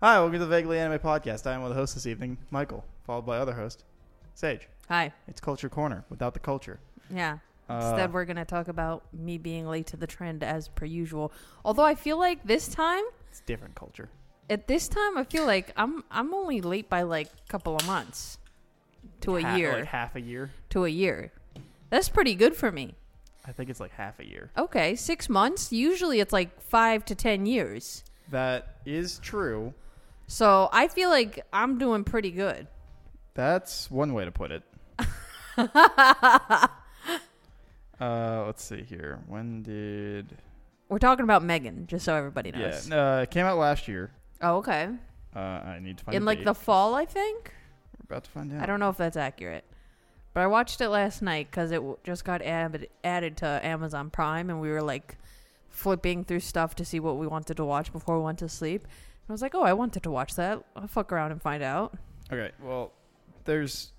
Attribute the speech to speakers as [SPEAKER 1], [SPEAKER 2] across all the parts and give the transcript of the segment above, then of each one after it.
[SPEAKER 1] Hi, welcome to the Vaguely Anime Podcast. I am the host this evening, Michael, followed by other host, Sage.
[SPEAKER 2] Hi.
[SPEAKER 1] It's Culture Corner without the culture.
[SPEAKER 2] Yeah.
[SPEAKER 1] Uh,
[SPEAKER 2] Instead, we're going to talk about me being late to the trend as per usual. Although I feel like this time,
[SPEAKER 1] it's different culture.
[SPEAKER 2] at this time, I feel like I'm I'm only late by like a couple of months to a
[SPEAKER 1] Ha- oh,
[SPEAKER 2] year.
[SPEAKER 1] Like half a year.
[SPEAKER 2] To a year. That's pretty good for me.
[SPEAKER 1] I think it's like half a year.
[SPEAKER 2] Okay, six months. Usually it's like five to 10 years.
[SPEAKER 1] That is true.
[SPEAKER 2] So I feel like I'm doing pretty good.
[SPEAKER 1] That's one way to put it. uh, let's see here. When did.
[SPEAKER 2] We're talking about Megan, just so everybody knows.
[SPEAKER 1] Yeah, uh, it came out last year.
[SPEAKER 2] Oh, okay.
[SPEAKER 1] Uh, I need to find
[SPEAKER 2] In
[SPEAKER 1] a
[SPEAKER 2] like
[SPEAKER 1] date.
[SPEAKER 2] the fall, I think?
[SPEAKER 1] We're about to find out.
[SPEAKER 2] I don't know if that's accurate, but I watched it last night because it w- just got added added to Amazon Prime, and we were like flipping through stuff to see what we wanted to watch before we went to sleep. And I was like, oh, I wanted to watch that. I'll fuck around and find out.
[SPEAKER 1] Okay, well, there's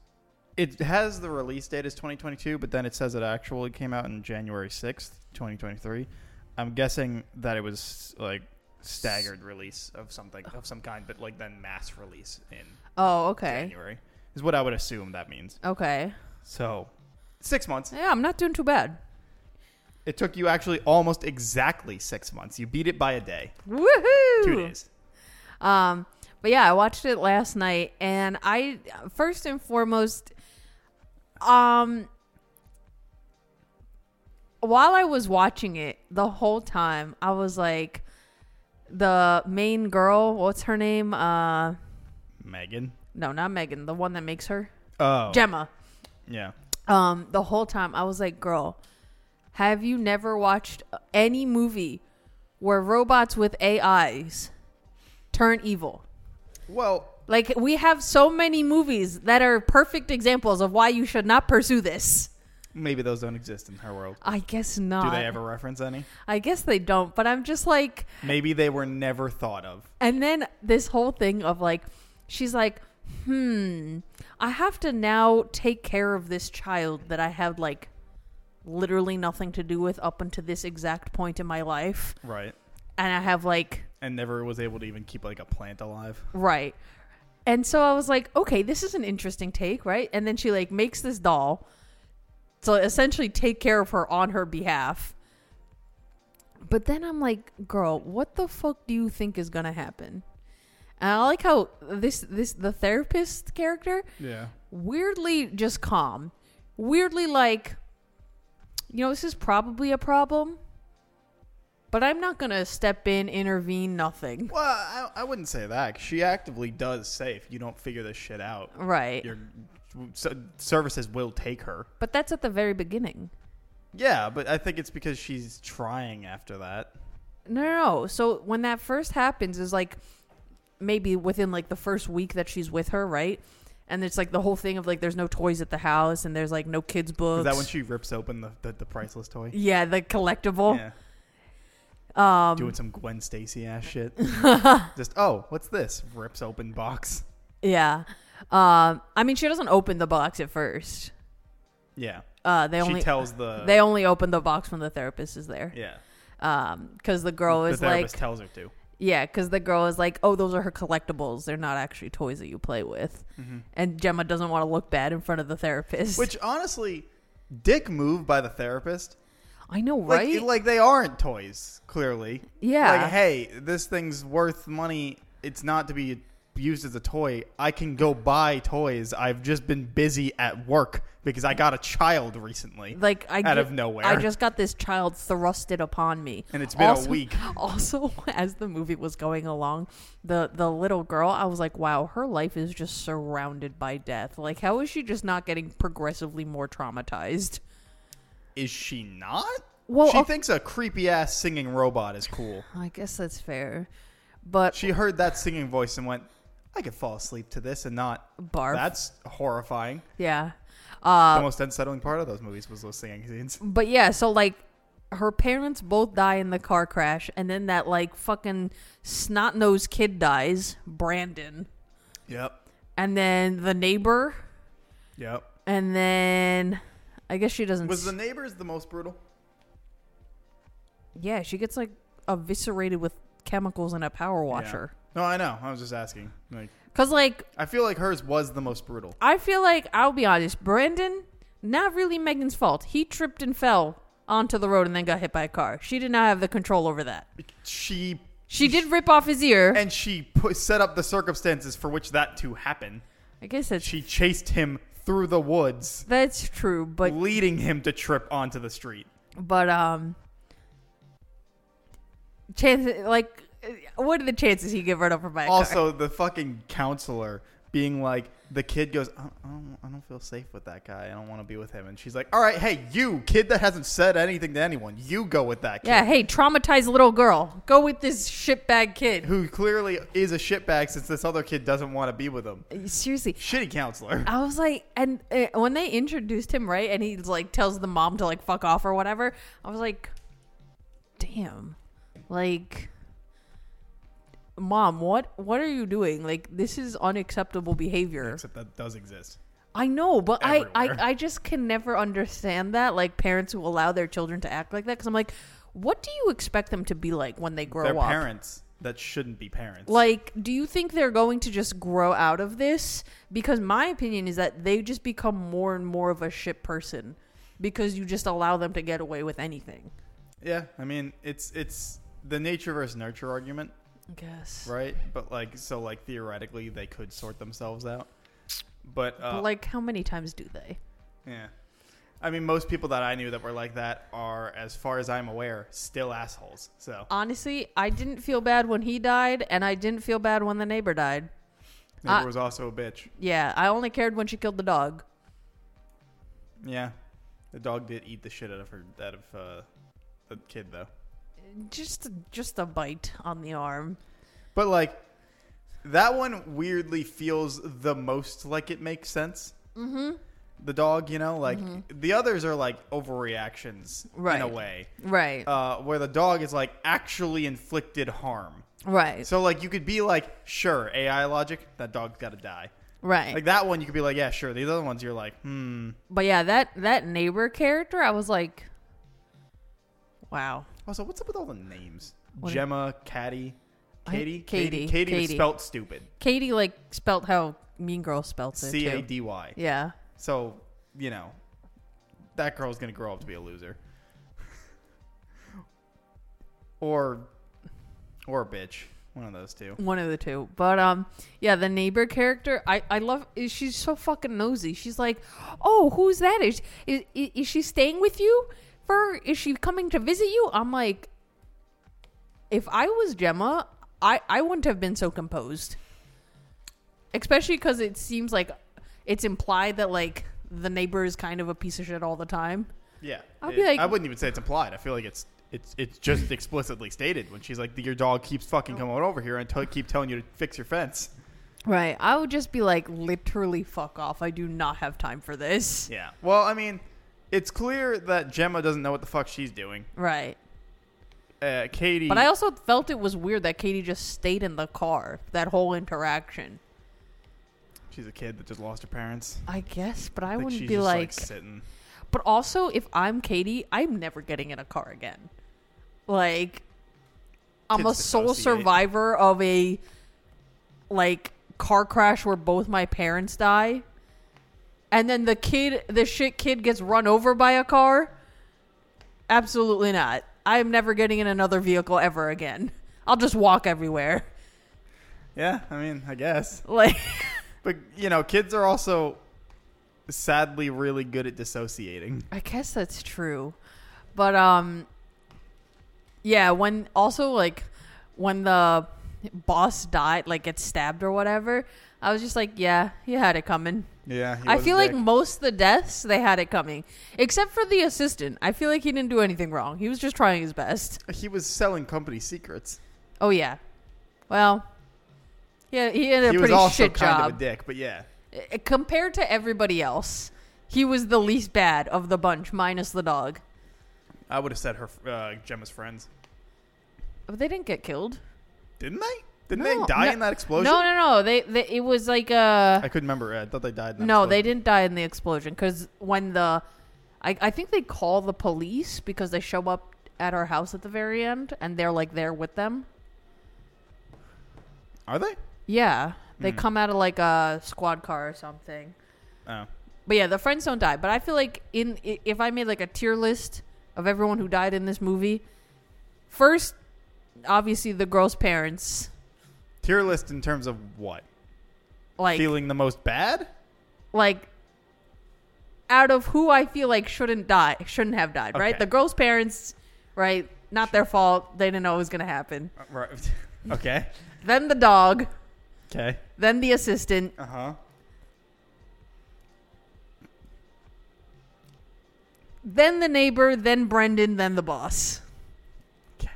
[SPEAKER 1] it has the release date as 2022, but then it says it actually came out in January 6th, 2023. I'm guessing that it was like staggered release of something of some kind, but like then mass release in
[SPEAKER 2] Oh, okay,
[SPEAKER 1] January is what I would assume that means.
[SPEAKER 2] okay.
[SPEAKER 1] So, six months.
[SPEAKER 2] Yeah, I'm not doing too bad.
[SPEAKER 1] It took you actually almost exactly six months. You beat it by a day,
[SPEAKER 2] Woohoo!
[SPEAKER 1] two days.
[SPEAKER 2] Um, but yeah, I watched it last night, and I first and foremost, um, while I was watching it the whole time, I was like, the main girl, what's her name? Uh,
[SPEAKER 1] Megan.
[SPEAKER 2] no, not Megan, the one that makes her
[SPEAKER 1] Oh,
[SPEAKER 2] Gemma.
[SPEAKER 1] yeah.
[SPEAKER 2] Um, the whole time I was like, girl, have you never watched any movie where robots with AIs turn evil?
[SPEAKER 1] Well,
[SPEAKER 2] Like we have so many movies that are perfect examples of why you should not pursue this.
[SPEAKER 1] maybe those don't exist in her world.
[SPEAKER 2] I guess not.
[SPEAKER 1] Do they ever reference any?
[SPEAKER 2] I guess they don't, but I'm just like
[SPEAKER 1] Maybe they were never thought of.
[SPEAKER 2] and then this whole thing of like she's like, "Hmm, I have to now take care of this child that I have like literally nothing to do with up until this exact point in my life
[SPEAKER 1] Right.
[SPEAKER 2] and I have like
[SPEAKER 1] And never was able to even keep like a plant alive.
[SPEAKER 2] Right. And so I was like, okay, this is an interesting take, right? And then she like makes this doll to essentially take care of her on her behalf. But then I'm like, girl, what the fuck do you think is gonna happen? And I like how this this the therapist character
[SPEAKER 1] Yeah.
[SPEAKER 2] weirdly just calm. Weirdly like you know, this is probably a problem. But I'm not gonna step in, intervene, nothing.
[SPEAKER 1] Well, I, I wouldn't say that. 'cause She actively does say if you don't figure this shit out,
[SPEAKER 2] Right.
[SPEAKER 1] your s services will take her.
[SPEAKER 2] But that's at the very beginning.
[SPEAKER 1] Yeah, but I think it's because she's trying after that.
[SPEAKER 2] No, no, no. So when that first happens is like maybe within like the first week that she's with her, right? And it's like the whole thing of like there's no toys at the house and there's like no kids books.
[SPEAKER 1] Is that when she rips open the, the, the priceless toy?
[SPEAKER 2] yeah, the collectible.
[SPEAKER 1] Yeah.
[SPEAKER 2] Um,
[SPEAKER 1] Doing some Gwen Stacy ass shit. Just, oh, what's this? Rips open box.
[SPEAKER 2] yeah. Um, I mean, she doesn't open the box at first.
[SPEAKER 1] Yeah.
[SPEAKER 2] Uh, they
[SPEAKER 1] she
[SPEAKER 2] only
[SPEAKER 1] tells the.
[SPEAKER 2] they only open the box when the therapist is there.
[SPEAKER 1] yeah.
[SPEAKER 2] Um, because the girl
[SPEAKER 1] The
[SPEAKER 2] is like,
[SPEAKER 1] therapist tells her to.
[SPEAKER 2] yeah, because the girl is like, oh, those are her collectibles. They're not actually toys that you play with. And Gemma doesn't want to look bad in front of the therapist.
[SPEAKER 1] Mm-hmm. Which honestly, dick move by the therapist.
[SPEAKER 2] I know,
[SPEAKER 1] Like,
[SPEAKER 2] right?
[SPEAKER 1] Like they aren't toys, clearly.
[SPEAKER 2] Yeah.
[SPEAKER 1] Like, hey, this thing's worth money. It's not to be used as a toy. I can go buy toys. I've just been busy at work because I got a child recently.
[SPEAKER 2] like I
[SPEAKER 1] out
[SPEAKER 2] ju-
[SPEAKER 1] of nowhere.
[SPEAKER 2] I just got this child thrusted upon me,
[SPEAKER 1] And it's been a week.
[SPEAKER 2] Also, as the movie was going along, the the little girl, I was like, wow, her life is just surrounded by death. Like, how is she just not getting progressively more traumatized?
[SPEAKER 1] Is she not?
[SPEAKER 2] Well,
[SPEAKER 1] she
[SPEAKER 2] okay-
[SPEAKER 1] thinks a creepy ass singing robot is cool.
[SPEAKER 2] I guess that's fair, but
[SPEAKER 1] She heard that singing voice and went, "I could fall asleep to this and not."
[SPEAKER 2] barf,
[SPEAKER 1] That's horrifying.
[SPEAKER 2] yeah. Uh,
[SPEAKER 1] the most unsettling part of those movies was those singing scenes.
[SPEAKER 2] But yeah, so like her parents both die in the car crash, and then that like fucking snot nosed kid dies, Brandon,
[SPEAKER 1] Yep.
[SPEAKER 2] and then the neighbor,
[SPEAKER 1] Yep.
[SPEAKER 2] and then I guess she doesn't.
[SPEAKER 1] Was the
[SPEAKER 2] s-
[SPEAKER 1] neighbors the most brutal?
[SPEAKER 2] yeah, she gets like eviscerated with chemicals in a power washer.
[SPEAKER 1] No, I know. I was just asking. Like,
[SPEAKER 2] Cause like
[SPEAKER 1] I feel like hers was the most brutal.
[SPEAKER 2] I feel like I'll be honest, Brandon, not really Megan's fault. He tripped and fell onto the road and then got hit by a car. She did not have the control over that.
[SPEAKER 1] She
[SPEAKER 2] She did rip off his ear.
[SPEAKER 1] and she put, set up the circumstances for which that to happen.
[SPEAKER 2] I guess that's
[SPEAKER 1] She chased him through the woods,
[SPEAKER 2] that's true, but
[SPEAKER 1] leading him to trip onto the street.
[SPEAKER 2] but um, chance like what are the chances he get run over by a car?
[SPEAKER 1] Also, the fucking counselor being like, the kid goes, I I don't, I don't feel safe with that guy. I don't want to be with him. And she's like, all right, hey, you, kid that hasn't said anything to anyone, you go with that kid.
[SPEAKER 2] Yeah, hey, traumatized little girl, go with this shitbag kid.
[SPEAKER 1] Who clearly is a shitbag since this other kid doesn't want to be with him.
[SPEAKER 2] Seriously,
[SPEAKER 1] Shitty counselor.
[SPEAKER 2] I was like, and uh, when they introduced him, right, and he like tells the mom to like fuck off or whatever, I was like, damn, like, mom, what what are you doing? Like, this is unacceptable behavior.
[SPEAKER 1] Except that does exist.
[SPEAKER 2] I know, but I, I
[SPEAKER 1] Everywhere.
[SPEAKER 2] I just can never understand that, like parents who allow their children to act like that, because I'm like, what do you expect them to be like when they grow
[SPEAKER 1] They're
[SPEAKER 2] up?
[SPEAKER 1] parents that shouldn't be parents.
[SPEAKER 2] Like, do you think they're going to just grow out of this? Because my opinion is that they just become more and more of a shit person because you just allow them to get away with anything.
[SPEAKER 1] yeah, I mean, it's it's the nature versus nurture argument,
[SPEAKER 2] I guess.
[SPEAKER 1] right? But like, so like theoretically, they could sort themselves out. But, uh,
[SPEAKER 2] But, like, how many times do they?
[SPEAKER 1] Yeah. I mean, most people that I knew that were like that are, as far as I'm aware, still assholes. So
[SPEAKER 2] Uh, Honestly, I didn't feel bad when he died, and I didn't feel bad when the neighbor died.
[SPEAKER 1] neighbor
[SPEAKER 2] I-
[SPEAKER 1] was also a bitch.
[SPEAKER 2] Yeah, I only cared when she killed the dog.
[SPEAKER 1] Yeah, the dog did eat the shit out of her out of uh, the kid though.
[SPEAKER 2] Just, just a bite on the arm.
[SPEAKER 1] But like, that one weirdly feels the most like it makes sense. Mm-hmm. The dog, you know, like the others are like overreactions in a
[SPEAKER 2] Mm-hmm. Right.
[SPEAKER 1] way,
[SPEAKER 2] Right,
[SPEAKER 1] uh, where the dog is like actually inflicted harm.
[SPEAKER 2] right,
[SPEAKER 1] So like, you could be like, sure, AI logic, that dog's got to die.
[SPEAKER 2] right.
[SPEAKER 1] Like that one, you could be like, yeah, sure. These other ones, you're like, hmm.
[SPEAKER 2] but yeah, that that neighbor character, I was like, wow.
[SPEAKER 1] Also, what's up with all the names?
[SPEAKER 2] What are-
[SPEAKER 1] Gemma, Caddy,
[SPEAKER 2] I-
[SPEAKER 1] Katie,
[SPEAKER 2] Katie,
[SPEAKER 1] Katie, was
[SPEAKER 2] Katie.
[SPEAKER 1] spelt stupid.
[SPEAKER 2] Katie like spelt how Mean Girl spelt it.
[SPEAKER 1] C A
[SPEAKER 2] too.
[SPEAKER 1] D Y.
[SPEAKER 2] Yeah.
[SPEAKER 1] So you know, that girl's gonna grow up to be a loser, or or a bitch. One of those two.
[SPEAKER 2] One of the two. But um yeah, the neighbor character, I I love she's so fucking nosy. She's like, "Oh, who's that? Is is, is she staying with you? For is she coming to visit you?" I'm like if I was Gemma, I I wouldn't have been so composed. Especially cuz it seems like it's implied that like the neighbor is kind of a piece of shit all the time.
[SPEAKER 1] Yeah,
[SPEAKER 2] I'll be like-
[SPEAKER 1] I wouldn't even say it's implied. I feel like it's. It's, it's just explicitly stated when she's like, your dog keeps fucking coming over here and t- keep telling you to fix your fence.
[SPEAKER 2] Right. I would just be like, literally, fuck off. I do not have time for this.
[SPEAKER 1] Yeah. Well, I mean, it's clear that Gemma doesn't know what the fuck she's doing.
[SPEAKER 2] Right.
[SPEAKER 1] Uh, Katie.
[SPEAKER 2] But I also felt it was weird that Katie just stayed in the car, that whole interaction.
[SPEAKER 1] she's a kid that just lost her parents.
[SPEAKER 2] I guess, but I
[SPEAKER 1] think
[SPEAKER 2] wouldn't
[SPEAKER 1] she's
[SPEAKER 2] be
[SPEAKER 1] just,
[SPEAKER 2] like.
[SPEAKER 1] sitting.
[SPEAKER 2] But also, if I'm Katie, I'm never getting in a car again. Like, I'm a
[SPEAKER 1] Kids
[SPEAKER 2] sole
[SPEAKER 1] dissociate.
[SPEAKER 2] survivor of a, like, car crash where both my parents die. And then the kid, the shit kid gets run over by a car. Absolutely not. I am never getting in another vehicle ever again. I'll just walk everywhere.
[SPEAKER 1] Yeah, I mean, I guess.
[SPEAKER 2] Like,
[SPEAKER 1] But you know, kids are also sadly really good at dissociating.
[SPEAKER 2] I guess that's true. But um yeah, when also like when the boss died, like gets stabbed or whatever, I was just like, yeah, he had it coming.
[SPEAKER 1] Yeah.
[SPEAKER 2] I feel like most of the deaths they had it coming, except for the assistant. I feel like he didn't do anything wrong. He was just trying his best.
[SPEAKER 1] he was selling company secrets.
[SPEAKER 2] Oh yeah. Well, yeah, he had a
[SPEAKER 1] He was
[SPEAKER 2] pretty
[SPEAKER 1] also
[SPEAKER 2] shit
[SPEAKER 1] kind
[SPEAKER 2] job.
[SPEAKER 1] of a dick, but yeah.
[SPEAKER 2] Uh, compared to everybody else, he was the least bad of the bunch minus the dog.
[SPEAKER 1] I would have said her uh, Gemma's friends.
[SPEAKER 2] But they didn't get killed.
[SPEAKER 1] Didn't they? Didn't
[SPEAKER 2] No,
[SPEAKER 1] they die
[SPEAKER 2] no-
[SPEAKER 1] in that explosion?
[SPEAKER 2] No, no, no. They, they it was like uh
[SPEAKER 1] I couldn't remember. I thought they died. In that
[SPEAKER 2] no, they
[SPEAKER 1] explosion.
[SPEAKER 2] didn't die in the explosion because when the, I I think they call the police because they show up at our house at the very end and they're like there with them.
[SPEAKER 1] Are they?
[SPEAKER 2] Yeah, they
[SPEAKER 1] Mm.
[SPEAKER 2] come out of like a squad car or something.
[SPEAKER 1] Oh.
[SPEAKER 2] But yeah, the friends don't die. But I feel like in i- if I made like a tier list of everyone who died in this movie, first, obviously the girl's parents,
[SPEAKER 1] Tier list in terms of what?
[SPEAKER 2] like
[SPEAKER 1] Feeling the most bad?
[SPEAKER 2] like out of who I feel like shouldn't die, shouldn't have died. Right,
[SPEAKER 1] Okay.
[SPEAKER 2] the girl's parents, right, not their fault. They didn't know it was gonna happen.
[SPEAKER 1] Uh, Right. okay.
[SPEAKER 2] Then the dog,
[SPEAKER 1] Okay.
[SPEAKER 2] then the assistant,
[SPEAKER 1] Uh huh.
[SPEAKER 2] then the neighbor, then Brendan, then the boss.
[SPEAKER 1] Okay.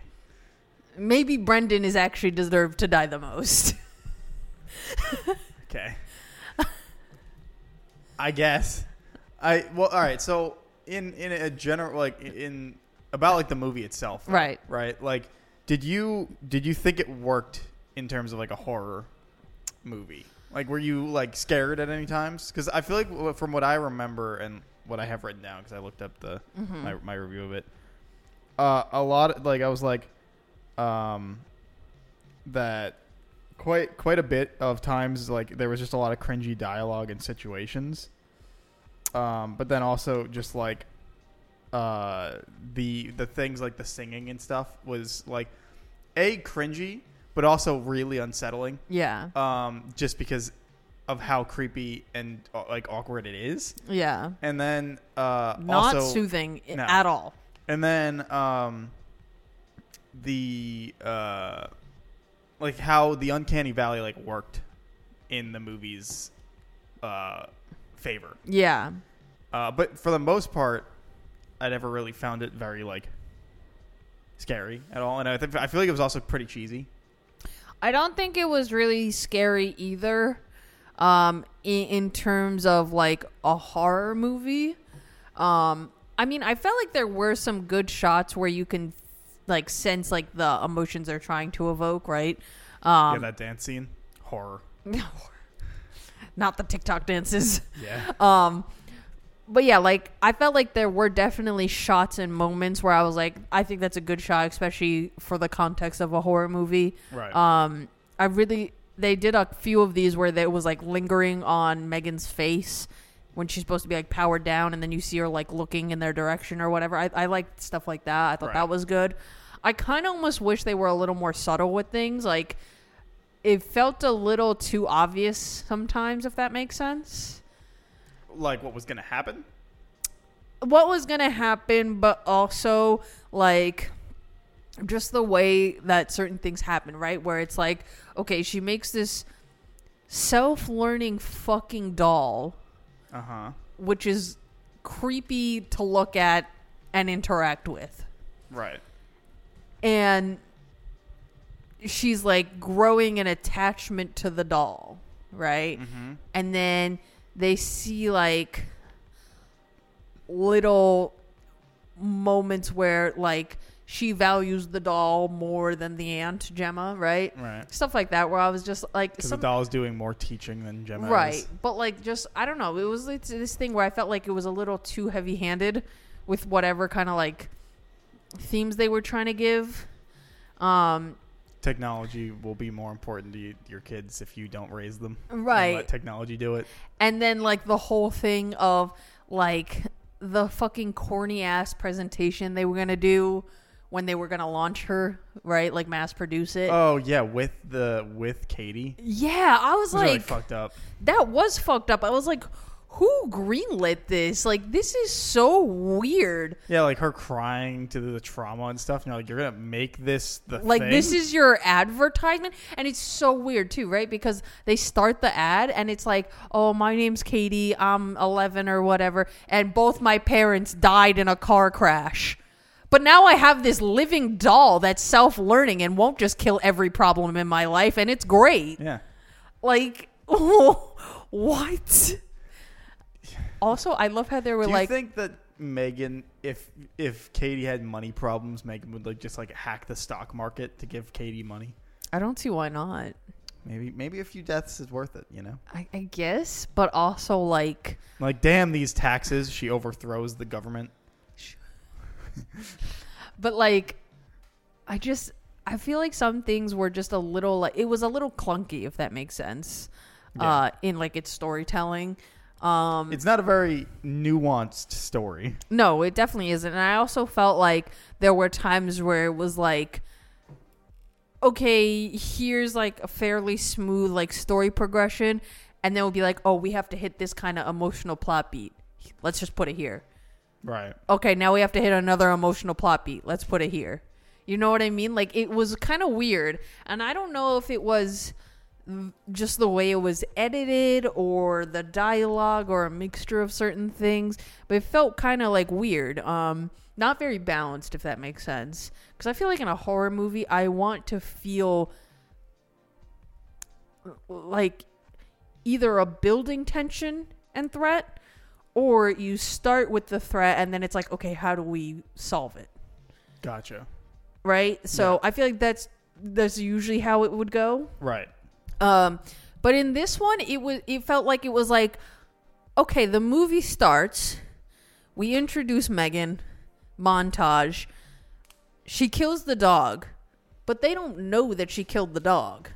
[SPEAKER 2] Maybe Brendan is actually deserved to die the most.
[SPEAKER 1] Okay. I guess. I well, all right. So in in a general like in about like the movie itself, though,
[SPEAKER 2] Right.
[SPEAKER 1] Right. Like, did you did you think it worked in terms of like a horror movie? Like, were you like scared at any times? Because I feel like w- from what I remember and what I have written down, because I looked up the my my review of it, uh, a lot like I was like, um, that quite quite a bit of times like there was just a lot of cringy dialogue and situations um but then also just like uh the the things like the singing and stuff was like a cringy but also really unsettling
[SPEAKER 2] yeah.
[SPEAKER 1] um just because of how creepy and uh, like awkward it is
[SPEAKER 2] Yeah.
[SPEAKER 1] and then uh
[SPEAKER 2] Not
[SPEAKER 1] also
[SPEAKER 2] soothing i-
[SPEAKER 1] No.
[SPEAKER 2] at all.
[SPEAKER 1] and then um, the uh, like how the uncanny valley like worked in the movie's uh, favor.
[SPEAKER 2] Yeah.
[SPEAKER 1] Uh, but for the most part, I never really found it very like scary at all. And I think I feel like it was also pretty cheesy.
[SPEAKER 2] I don't think it was really scary either. Um, in, in terms of like a horror movie, um, I mean, I felt like there were some good shots where you can like sense like the emotions they're trying to evoke, right? Um,
[SPEAKER 1] yeah, that dance scene, horror.
[SPEAKER 2] not the TikTok dances.
[SPEAKER 1] Yeah,
[SPEAKER 2] Um, but yeah, like I felt like there were definitely shots and moments where I was like, I think that's a good shot, especially for the context of a horror movie.
[SPEAKER 1] right.
[SPEAKER 2] Um, I really they did a few of these where it was like lingering on Megan's face when she's supposed to be like powered down, and then you see her like looking in their direction or whatever. I I liked stuff like that. I thought
[SPEAKER 1] Right.
[SPEAKER 2] that was good. I kind of almost wish they were a little more subtle with things. Like it felt a little too obvious sometimes, if that makes sense.
[SPEAKER 1] like what was gonna happen?
[SPEAKER 2] what was going to happen, but also like just the way that certain things happen, right? Where it's like, okay, she makes this self learning fucking doll,
[SPEAKER 1] Uh huh.
[SPEAKER 2] which is creepy to look at and interact with.
[SPEAKER 1] Right.
[SPEAKER 2] And she's like growing an attachment to the doll, right?
[SPEAKER 1] Mm-hmm.
[SPEAKER 2] and then they see like little moments where like she values the doll more than the aunt Gemma, right?
[SPEAKER 1] Right.
[SPEAKER 2] Stuff like that where I was just like
[SPEAKER 1] Because
[SPEAKER 2] some-
[SPEAKER 1] the doll is doing more teaching than Gemma. is.
[SPEAKER 2] right, but like just I don't know, it was like this thing where I felt like it was a little too heavy-handed with whatever kind of like themes they were trying to give. Um
[SPEAKER 1] Technology will be more important to you, your kids if you don't raise them. and
[SPEAKER 2] right.
[SPEAKER 1] let technology do it.
[SPEAKER 2] And then like the whole thing of like the fucking corny ass presentation they were gonna do when they were gonna launch her, right? Like mass produce it.
[SPEAKER 1] Oh yeah, with the with Katie, it
[SPEAKER 2] yeah, I was,
[SPEAKER 1] was
[SPEAKER 2] like,
[SPEAKER 1] really fucked up.
[SPEAKER 2] that was fucked up. I was like, who greenlit this? Like this is so weird.
[SPEAKER 1] Yeah, like her crying to the trauma and stuff. And you're like, you're gonna make this the
[SPEAKER 2] Like
[SPEAKER 1] thing?
[SPEAKER 2] this is your advertisement, and it's so weird too, right? Because they start the ad, and it's like, "Oh, my name's Katie. I'm 11 or whatever, and both my parents died in a car crash." But now I have this living doll that's self-learning and won't just kill every problem in my life, and it's great.
[SPEAKER 1] yeah.
[SPEAKER 2] Like, what? Also, I love how they were
[SPEAKER 1] Do you
[SPEAKER 2] like,
[SPEAKER 1] think that Megan, if if Katie had money problems, Megan would like just like hack the stock market to give Katie money?
[SPEAKER 2] "I don't see why not."
[SPEAKER 1] Maybe maybe a few deaths is worth it. You know,
[SPEAKER 2] I, I guess, but also like.
[SPEAKER 1] like damn these taxes. She overthrows the government.
[SPEAKER 2] But like, I just I feel like some things were just a little like it was a little clunky if that makes sense.
[SPEAKER 1] Yeah.
[SPEAKER 2] Uh in like its storytelling. Um
[SPEAKER 1] It's not a very nuanced story.
[SPEAKER 2] no, it definitely isn't. And I also felt like there were times where it was like, okay, here's like a fairly smooth like story progression, and then we'll be like, oh, we have to hit this kind of emotional plot beat. Let's just put it here.
[SPEAKER 1] Right.
[SPEAKER 2] Okay, now we have to hit another emotional plot beat. Let's put it here. You know what I mean? Like it was kind of weird, and I don't know if it was mm, just the way it was edited or the dialogue or a mixture of certain things, but it felt kind of like weird. Um not very balanced if that makes sense. Cuz I feel like in a horror movie I want to feel like either a building tension and threat or you start with the threat and then it's like okay how do we solve it
[SPEAKER 1] Gotcha.
[SPEAKER 2] right so i feel like that's that's usually how it would go
[SPEAKER 1] Right.
[SPEAKER 2] um but in this one it was it felt like it was like okay the movie starts we introduce megan montage she kills the dog but they don't know that she killed the dog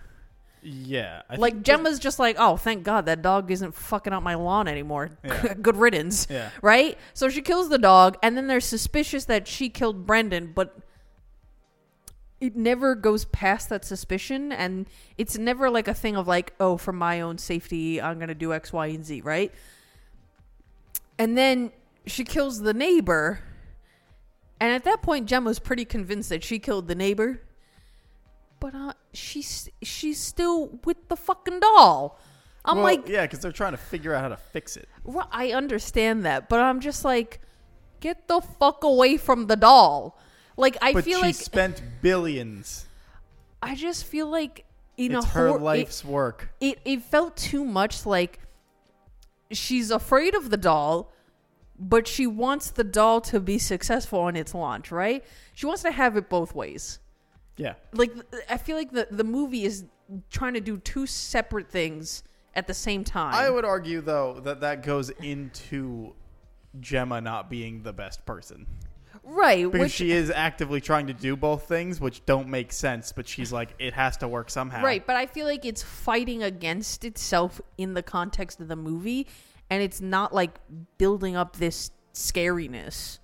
[SPEAKER 1] Yeah. I
[SPEAKER 2] like
[SPEAKER 1] think-
[SPEAKER 2] Gemma's just like, oh, thank God that dog isn't fucking up my lawn anymore.
[SPEAKER 1] Yeah.
[SPEAKER 2] Good riddance.
[SPEAKER 1] Yeah.
[SPEAKER 2] Right? So she kills the dog, and then they're suspicious that she killed Brendan, but it never goes past that suspicion. And it's never like a thing of like, oh, for my own safety, I'm going to do X, Y, and Z, right? And then she kills the neighbor. And at that point, Gemma's pretty convinced that she killed the neighbor. But uh, she's she's still with the fucking doll. I'm
[SPEAKER 1] Well,
[SPEAKER 2] like,
[SPEAKER 1] yeah, because they're trying to figure out how to fix it.
[SPEAKER 2] "Ru- I understand that, but I'm just like, get the fuck away from the doll. Like I
[SPEAKER 1] but she
[SPEAKER 2] feel like
[SPEAKER 1] spent billions.
[SPEAKER 2] I just feel like in
[SPEAKER 1] it's
[SPEAKER 2] a
[SPEAKER 1] her
[SPEAKER 2] hor- it-
[SPEAKER 1] life's work.
[SPEAKER 2] it it felt too much like she's afraid of the doll but she wants the doll to be successful on its launch right she wants to have it both ways
[SPEAKER 1] Yeah.
[SPEAKER 2] like th- i feel like the the movie is trying to do two separate things at the same time
[SPEAKER 1] I would argue though that that goes into Gemma not being the best person
[SPEAKER 2] right
[SPEAKER 1] because
[SPEAKER 2] which
[SPEAKER 1] she is actively trying to do both things, which don't make sense. But she's like, it has to work somehow.
[SPEAKER 2] Right, but I feel like it's fighting against itself in the context of the movie, and it's not like building up this scariness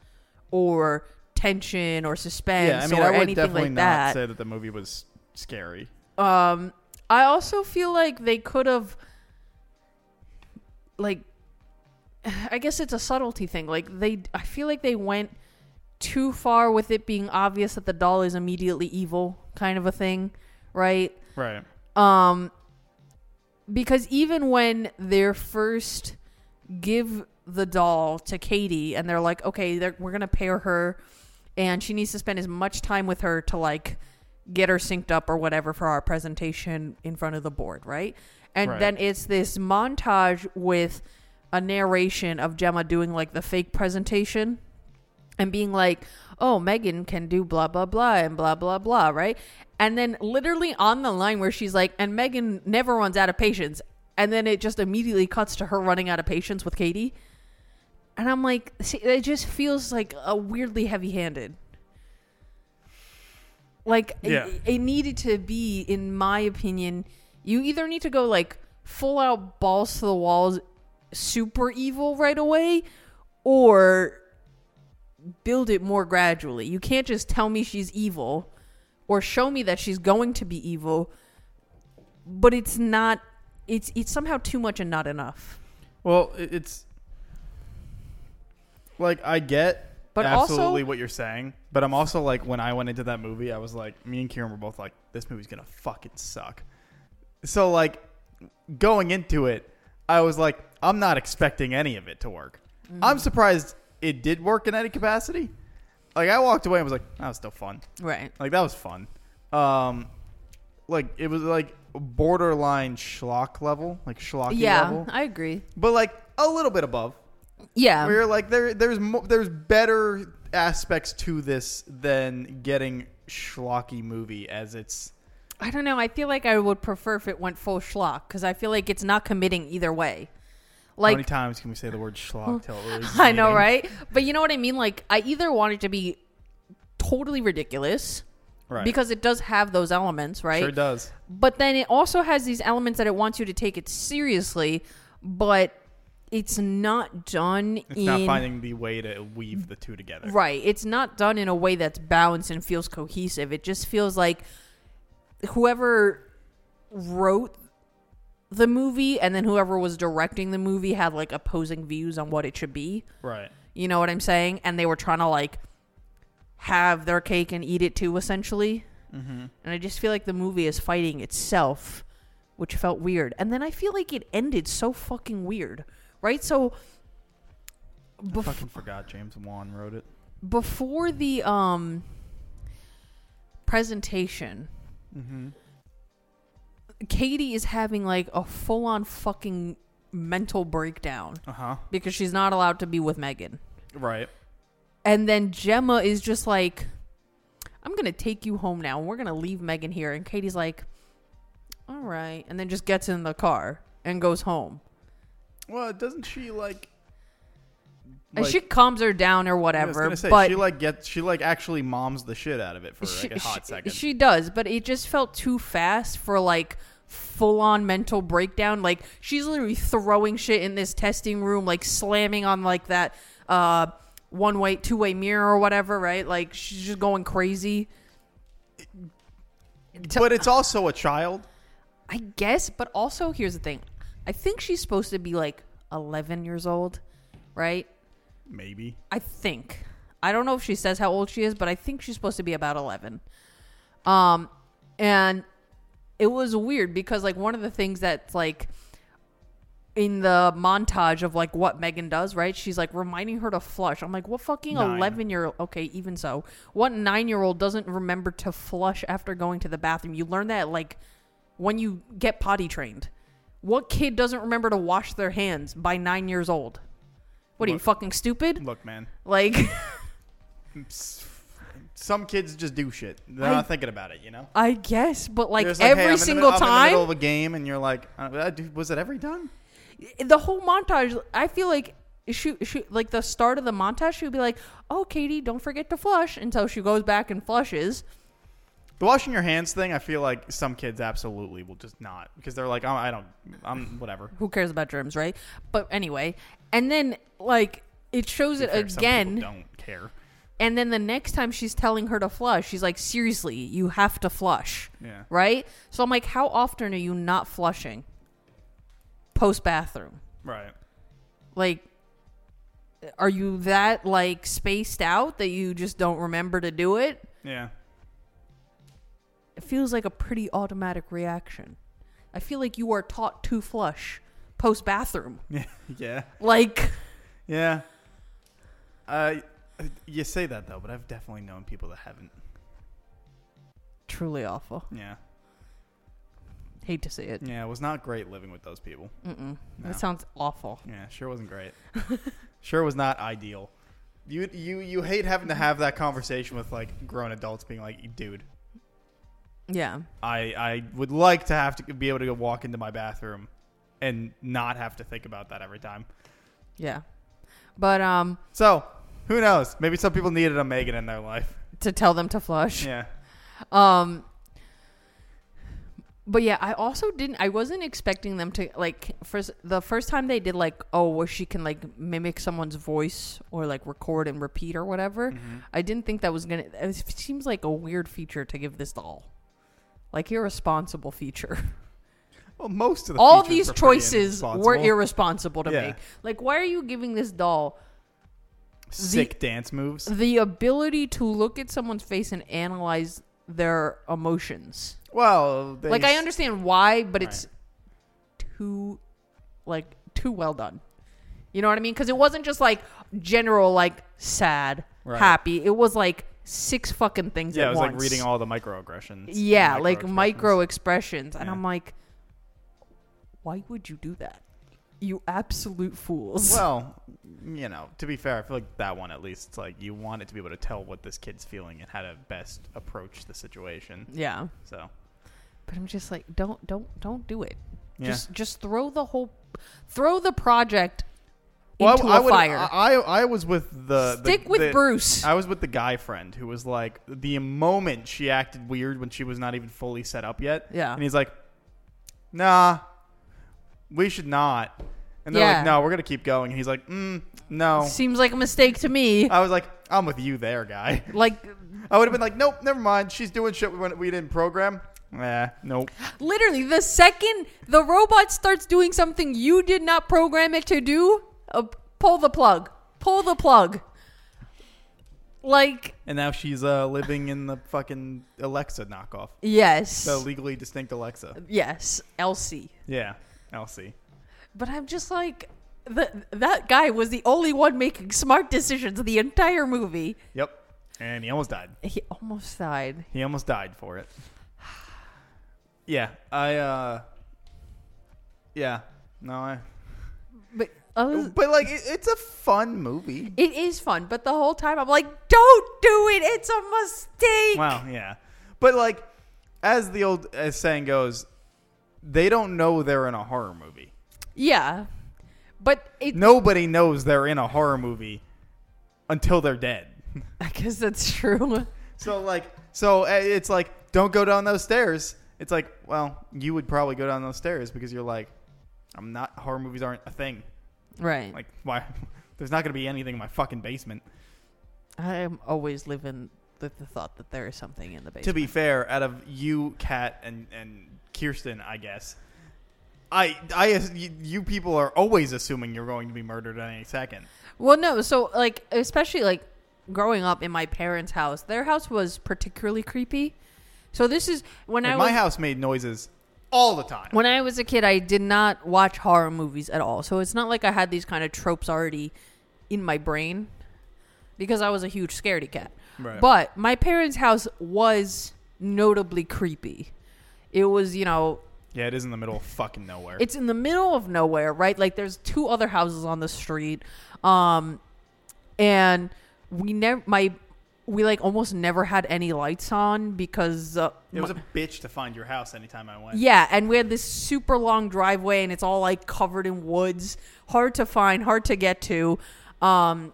[SPEAKER 2] or tension or suspense
[SPEAKER 1] Yeah. I mean,
[SPEAKER 2] or
[SPEAKER 1] I would
[SPEAKER 2] anything
[SPEAKER 1] definitely
[SPEAKER 2] like
[SPEAKER 1] not
[SPEAKER 2] that.
[SPEAKER 1] say that the movie was scary.
[SPEAKER 2] um, I also feel like they could have, like, I guess it's a subtlety thing. Like they, I feel like they went too far with it being obvious that the doll is immediately evil, kind of a thing, right?
[SPEAKER 1] Right.
[SPEAKER 2] Um, because even when they're first give the doll to Katie, and they're like, okay, they're, we're gonna pair her, and she needs to spend as much time with her to like get her synced up or whatever for our presentation in front of the board, right? And
[SPEAKER 1] Right.
[SPEAKER 2] then it's this montage with a narration of Gemma doing like the fake presentation and being like, "Oh, Megan can do blah blah blah and blah blah blah," right? And then literally on the line where she's like, "And Megan never runs out of patience," and then it just immediately cuts to her running out of patience with Katie, and I'm like, see, it just feels like a weirdly heavy-handed. Like it-
[SPEAKER 1] Yeah.
[SPEAKER 2] it, needed to be, in my opinion, you either need to go like full out balls to the walls, super evil right away, or build it more gradually. You can't just tell me she's evil or show me that she's going to be evil, but it's not it's it's somehow too much and not enough.
[SPEAKER 1] Well, it- it's like I get
[SPEAKER 2] But also-
[SPEAKER 1] absolutely what you're saying, but I'm also like when I went into that movie, I was like, me and Kieran were both like, this movie's gonna fucking suck. So like going into it, I was like, I'm not expecting any of it to work.
[SPEAKER 2] Mm-hmm.
[SPEAKER 1] I'm surprised it did work in any capacity. Like I walked away and was like, that was still fun.
[SPEAKER 2] Right.
[SPEAKER 1] Like that was fun. Um, like it was like borderline schlock level, like schlocky
[SPEAKER 2] Yeah,
[SPEAKER 1] level,
[SPEAKER 2] I agree.
[SPEAKER 1] but like a little bit above
[SPEAKER 2] Yeah.
[SPEAKER 1] we were like there there's mo- there's better aspects to this than getting schlocky movie as it's
[SPEAKER 2] I don't know. I feel like I would prefer if it went full schlock cuz I feel like it's not committing either way.
[SPEAKER 1] how many
[SPEAKER 2] Like oh,
[SPEAKER 1] times can we say the word schlock till it loses
[SPEAKER 2] I know,
[SPEAKER 1] meaning?
[SPEAKER 2] right? But you know what I mean? Like I either want it to be totally ridiculous
[SPEAKER 1] Right.
[SPEAKER 2] because it does have those elements, right?
[SPEAKER 1] sure does.
[SPEAKER 2] But then it also has these elements that it wants you to take it seriously, but it's not done
[SPEAKER 1] It's
[SPEAKER 2] in
[SPEAKER 1] not finding the way to weave the two together.
[SPEAKER 2] Right. It's not done in a way that's balanced and feels cohesive. It just feels like whoever wrote the movie and then whoever was directing the movie had like opposing views on what it should be.
[SPEAKER 1] Right.
[SPEAKER 2] You know what I'm saying? And they were trying to like have their cake and eat it too, essentially. And I just feel like the movie is fighting itself, which felt weird. And then I feel like it ended so fucking weird, right? So
[SPEAKER 1] I
[SPEAKER 2] bef-
[SPEAKER 1] fucking forgot James Wan wrote it.
[SPEAKER 2] before the um presentation
[SPEAKER 1] Mm-hmm.
[SPEAKER 2] katie is having like a full-on fucking mental breakdown
[SPEAKER 1] Uh huh.
[SPEAKER 2] because she's not allowed to be with megan
[SPEAKER 1] Right.
[SPEAKER 2] and then gemma is just like i'm gonna take you home now and we're gonna leave megan here and katie's like all right and then just gets in the car and goes home
[SPEAKER 1] Well, doesn't she like?
[SPEAKER 2] and
[SPEAKER 1] like-
[SPEAKER 2] she calms her down or
[SPEAKER 1] I was
[SPEAKER 2] whatever
[SPEAKER 1] gonna say
[SPEAKER 2] but
[SPEAKER 1] she like gets she like actually moms the shit out of it for like a hot second.
[SPEAKER 2] she does, but it just felt too fast for like full on mental breakdown. Like she's literally throwing shit in this testing room, like slamming on like that uh one way two way mirror or whatever, right? Like she's just going crazy. to-
[SPEAKER 1] but it's also a child.
[SPEAKER 2] I guess, but also here's the thing. I think she's supposed to be like 11 years old, right?
[SPEAKER 1] Maybe.
[SPEAKER 2] I think. I don't know if she says how old she is, but I think she's supposed to be about 11. Um and it was weird because like one of the things that's like in the montage of like what Megan does, right? She's like reminding her to flush. I'm like, what fucking
[SPEAKER 1] Nine.
[SPEAKER 2] 11 year old? Okay, even so. What nine year old doesn't remember to flush after going to the bathroom? You learn that like when you get potty trained. What kid doesn't remember to wash their hands by nine years old? What are you
[SPEAKER 1] Look-
[SPEAKER 2] fucking stupid?
[SPEAKER 1] Look, man.
[SPEAKER 2] Like,
[SPEAKER 1] Some kids just do shit. They're not thinking about it, you know.
[SPEAKER 2] I guess, but like
[SPEAKER 1] They're just
[SPEAKER 2] every
[SPEAKER 1] "Hey, I'm in the
[SPEAKER 2] single
[SPEAKER 1] mid- I'm in the
[SPEAKER 2] time,
[SPEAKER 1] middle of a game, and you're like, uh, uh, dude, was it every time?
[SPEAKER 2] the whole montage, I feel like she, she, like the start of the montage, she would be like, "Oh, Katie, don't forget to flush," until she goes back and flushes.
[SPEAKER 1] The washing your hands thing, I feel like some kids absolutely will just not because they're like, oh, I don't, I'm whatever.
[SPEAKER 2] Who cares about germs, right? But anyway, and then like it shows it
[SPEAKER 1] To be fair, some people
[SPEAKER 2] again.
[SPEAKER 1] don't care.
[SPEAKER 2] And then the next time she's telling her to flush, she's like, seriously, you have to flush.
[SPEAKER 1] Yeah.
[SPEAKER 2] Right? So I'm like, how often are you not flushing post bathroom?
[SPEAKER 1] Right.
[SPEAKER 2] Like, are you that, like, spaced out that you just don't remember to do it?
[SPEAKER 1] Yeah.
[SPEAKER 2] It feels like a pretty automatic reaction. I feel like you are taught to flush post bathroom.
[SPEAKER 1] Yeah. Yeah.
[SPEAKER 2] Like,
[SPEAKER 1] Yeah. Uh, you say that though, but I've definitely known people that haven't.
[SPEAKER 2] truly awful.
[SPEAKER 1] Yeah.
[SPEAKER 2] Hate to see it.
[SPEAKER 1] Yeah. It was not great living with those people.
[SPEAKER 2] Mm-mm.
[SPEAKER 1] No.
[SPEAKER 2] That sounds awful.
[SPEAKER 1] Yeah. Sure wasn't great. sure was not ideal. You you you hate having to have that conversation with like grown adults being like, dude,
[SPEAKER 2] Yeah.
[SPEAKER 1] I I would like to have to be able to go walk into my bathroom and not have to think about that every time.
[SPEAKER 2] Yeah. But, um,
[SPEAKER 1] So, who knows? Maybe some people needed a Megan in their life.
[SPEAKER 2] to tell them to flush.
[SPEAKER 1] Yeah.
[SPEAKER 2] Um but yeah, I also didn't I wasn't expecting them to like first the first time they did like oh where she can like mimic someone's voice or like record and repeat or whatever.
[SPEAKER 1] Mm-hmm.
[SPEAKER 2] I didn't think that was going to it seems like a weird feature to give this doll. Like irresponsible feature.
[SPEAKER 1] Well, most of the
[SPEAKER 2] All
[SPEAKER 1] features
[SPEAKER 2] these
[SPEAKER 1] were pretty
[SPEAKER 2] choices were
[SPEAKER 1] irresponsible.
[SPEAKER 2] irresponsible to
[SPEAKER 1] Yeah.
[SPEAKER 2] make. Like why are you giving this doll
[SPEAKER 1] sick dance moves.
[SPEAKER 2] the ability to look at someone's face and analyze their emotions?
[SPEAKER 1] Well, they
[SPEAKER 2] like I
[SPEAKER 1] s-
[SPEAKER 2] understand why, but
[SPEAKER 1] Right.
[SPEAKER 2] it's too like too well done. You know what I mean? Because it wasn't just like general like sad,
[SPEAKER 1] Right.
[SPEAKER 2] happy. It was like six fucking things.
[SPEAKER 1] Yeah,
[SPEAKER 2] at
[SPEAKER 1] it was like
[SPEAKER 2] once.
[SPEAKER 1] reading all the microaggressions.
[SPEAKER 2] Yeah,
[SPEAKER 1] Microexpressions.
[SPEAKER 2] like micro expressions, and
[SPEAKER 1] Yeah.
[SPEAKER 2] I'm like, why would you do that? You absolute fools.
[SPEAKER 1] Well, you know, to be fair, I feel like that one at least, it's like you want it to be able to tell what this kid's feeling and how to best approach the situation.
[SPEAKER 2] yeah,
[SPEAKER 1] So,
[SPEAKER 2] but I'm just like, don't, don't, don't do it.
[SPEAKER 1] yeah.
[SPEAKER 2] Just, just throw the whole, throw the project into
[SPEAKER 1] I, I
[SPEAKER 2] a
[SPEAKER 1] would-
[SPEAKER 2] fire.
[SPEAKER 1] I, I I was with the the-
[SPEAKER 2] Stick with
[SPEAKER 1] the-
[SPEAKER 2] Bruce.
[SPEAKER 1] I was with the guy friend who was like the moment she acted weird when she was not even fully set up yet.
[SPEAKER 2] Yeah.
[SPEAKER 1] and he's like, "Nah, we should not." And they're
[SPEAKER 2] Yeah.
[SPEAKER 1] like, "No, we're gonna keep going." And he's like, mm, "No."
[SPEAKER 2] Seems like a mistake to me.
[SPEAKER 1] I was like, "I'm with you there, guy."
[SPEAKER 2] like
[SPEAKER 1] I would have been like, "Nope, never mind. She's doing shit we, we didn't program." Nah, nope.
[SPEAKER 2] literally the second the robot starts doing something you did not program it to do, uh, pull the plug. Pull the plug. Like
[SPEAKER 1] And now she's uh, living in the fucking Alexa knockoff,
[SPEAKER 2] yes.
[SPEAKER 1] the legally distinct Alexa.
[SPEAKER 2] yes, Elsie.
[SPEAKER 1] Yeah, Elsie.
[SPEAKER 2] But I'm just like the, that guy was the only one making smart decisions the entire movie.
[SPEAKER 1] Yep. And he almost died.
[SPEAKER 2] He almost died.
[SPEAKER 1] He almost died for it. Yeah, I uh Yeah. No, I
[SPEAKER 2] But I was,
[SPEAKER 1] But like it, it's a fun movie.
[SPEAKER 2] it is fun, but the whole time I'm like, don't do it. It's a mistake.
[SPEAKER 1] Wow, yeah. But like as the old as saying goes, they don't know they're in a horror movie.
[SPEAKER 2] Yeah. But it
[SPEAKER 1] Nobody knows they're in a horror movie until they're dead.
[SPEAKER 2] I guess that's true.
[SPEAKER 1] So like, so uh, it's like, don't go down those stairs. It's like, well, you would probably go down those stairs because you're like, I'm not horror movies aren't a thing.
[SPEAKER 2] right.
[SPEAKER 1] Like, why? There's not gonna be anything in my fucking basement.
[SPEAKER 2] I am always living with the thought that there is something in the basement.
[SPEAKER 1] To be fair, out of you, Kat, and and Kirsten, I guess. I, I, you- you people are always assuming you're going to be murdered at any second.
[SPEAKER 2] well, no, so like especially like growing up in my parents' house, their house was particularly creepy. So this is when I
[SPEAKER 1] And
[SPEAKER 2] was
[SPEAKER 1] my house made noises all the time.
[SPEAKER 2] when I was a kid, I did not watch horror movies at all. So it's not like I had these kind of tropes already in my brain because I was a huge scaredy cat.
[SPEAKER 1] Right.
[SPEAKER 2] But my parents' house was notably creepy. It was, you know,
[SPEAKER 1] Yeah, it is in the middle of fucking nowhere.
[SPEAKER 2] it's in the middle of nowhere, right? Like there's two other houses on the street. Um and we never my we like almost never had any lights on because uh,
[SPEAKER 1] it was a bitch to find your house anytime I went.
[SPEAKER 2] yeah, and we had this super long driveway, and it's all like covered in woods, hard to find, hard to get to. Um,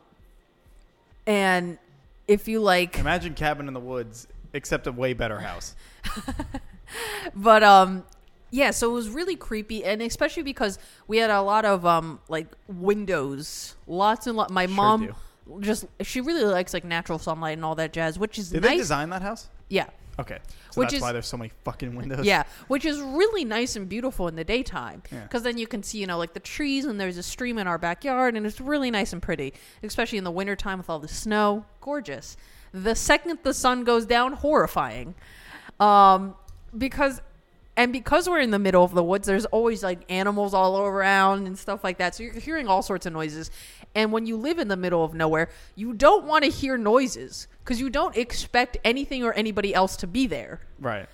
[SPEAKER 2] and if you like,
[SPEAKER 1] Imagine cabin in the woods, except a way better house.
[SPEAKER 2] but um, yeah, so it was really creepy, and especially because we had a lot of um, like windows, lots and lot. My mom just she really likes like natural sunlight and all that jazz, which is
[SPEAKER 1] Did they
[SPEAKER 2] nice.
[SPEAKER 1] design that house?
[SPEAKER 2] yeah,
[SPEAKER 1] Okay, so
[SPEAKER 2] Which
[SPEAKER 1] that's
[SPEAKER 2] is-
[SPEAKER 1] why there's so many fucking windows.
[SPEAKER 2] Yeah, which is really nice and beautiful in the daytime
[SPEAKER 1] Yeah.
[SPEAKER 2] because then you can see, you know, like the trees and there's a stream in our backyard and it's really nice and pretty, especially in the wintertime with all the snow. Gorgeous. The second the sun goes down, horrifying. Um, because and because we're in the middle of the woods, there's always like animals all around and stuff like that. So you're hearing all sorts of noises. And when you live in the middle of nowhere, you don't want to hear noises because you don't expect anything or anybody else to be there.
[SPEAKER 1] right.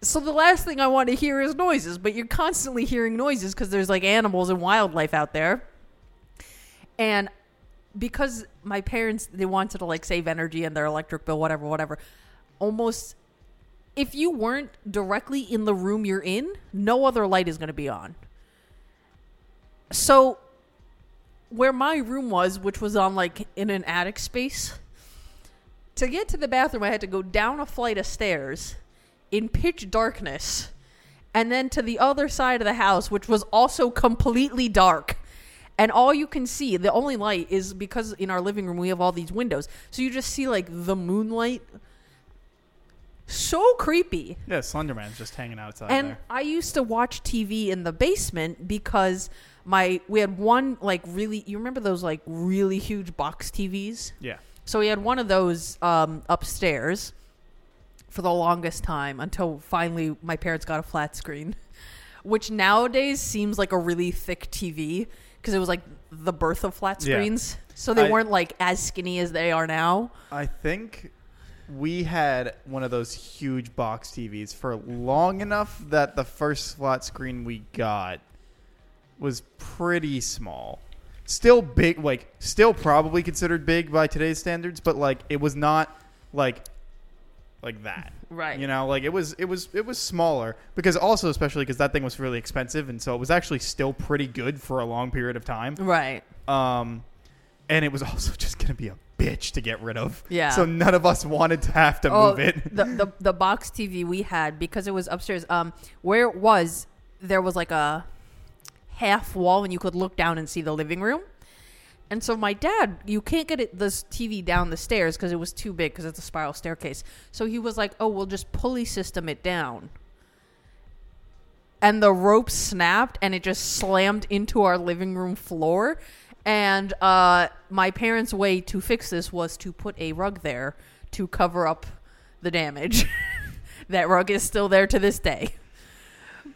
[SPEAKER 2] So the last thing I want to hear is noises, but you're constantly hearing noises because there's like animals and wildlife out there. And because my parents they wanted to like save energy and their electric bill, whatever, whatever, almost if you weren't directly in the room you're in, no other light is going to be on. So where my room was, which was on like in an attic space, to get to the bathroom, I had to go down a flight of stairs in pitch darkness and then to the other side of the house, which was also completely dark. And all you can see, the only light is because in our living room we have all these windows. So you just see like the moonlight. So creepy.
[SPEAKER 1] Yeah, Slenderman's just hanging outside
[SPEAKER 2] And
[SPEAKER 1] there.
[SPEAKER 2] I used to watch TV in the basement because my we had one like really you remember those like really huge box TVs?
[SPEAKER 1] Yeah,
[SPEAKER 2] So we had one of those um, upstairs for the longest time until finally my parents got a flat screen, which nowadays seems like a really thick TV because it was like the birth of flat
[SPEAKER 1] Yeah.
[SPEAKER 2] screens. So they
[SPEAKER 1] I-
[SPEAKER 2] weren't like as skinny as they are now.
[SPEAKER 1] I think we had one of those huge box TVs for long enough that the first slot screen we got was pretty small. Still big, like still probably considered big by today's standards, but like it was not like like that.
[SPEAKER 2] Right.
[SPEAKER 1] You know, like it was it was it was smaller because also especially because that thing was really expensive and so it was actually still pretty good for a long period of time.
[SPEAKER 2] Right.
[SPEAKER 1] Um, and it was also just gonna be a bitch to get rid of.
[SPEAKER 2] Yeah.
[SPEAKER 1] So none of us wanted to have to move it.
[SPEAKER 2] Oh, the, the the box TV we had because it was upstairs. Um, where it was, there was like a half wall, and you could look down and see the living room. And so my dad, you can't get it, this TV down the stairs because it was too big because it's a spiral staircase. So he was like, "Oh, we'll just pulley system it down." And the rope snapped, and it just slammed into our living room floor. And uh, my parents' way to fix this was to put a rug there to cover up the damage. that rug is still there to this day.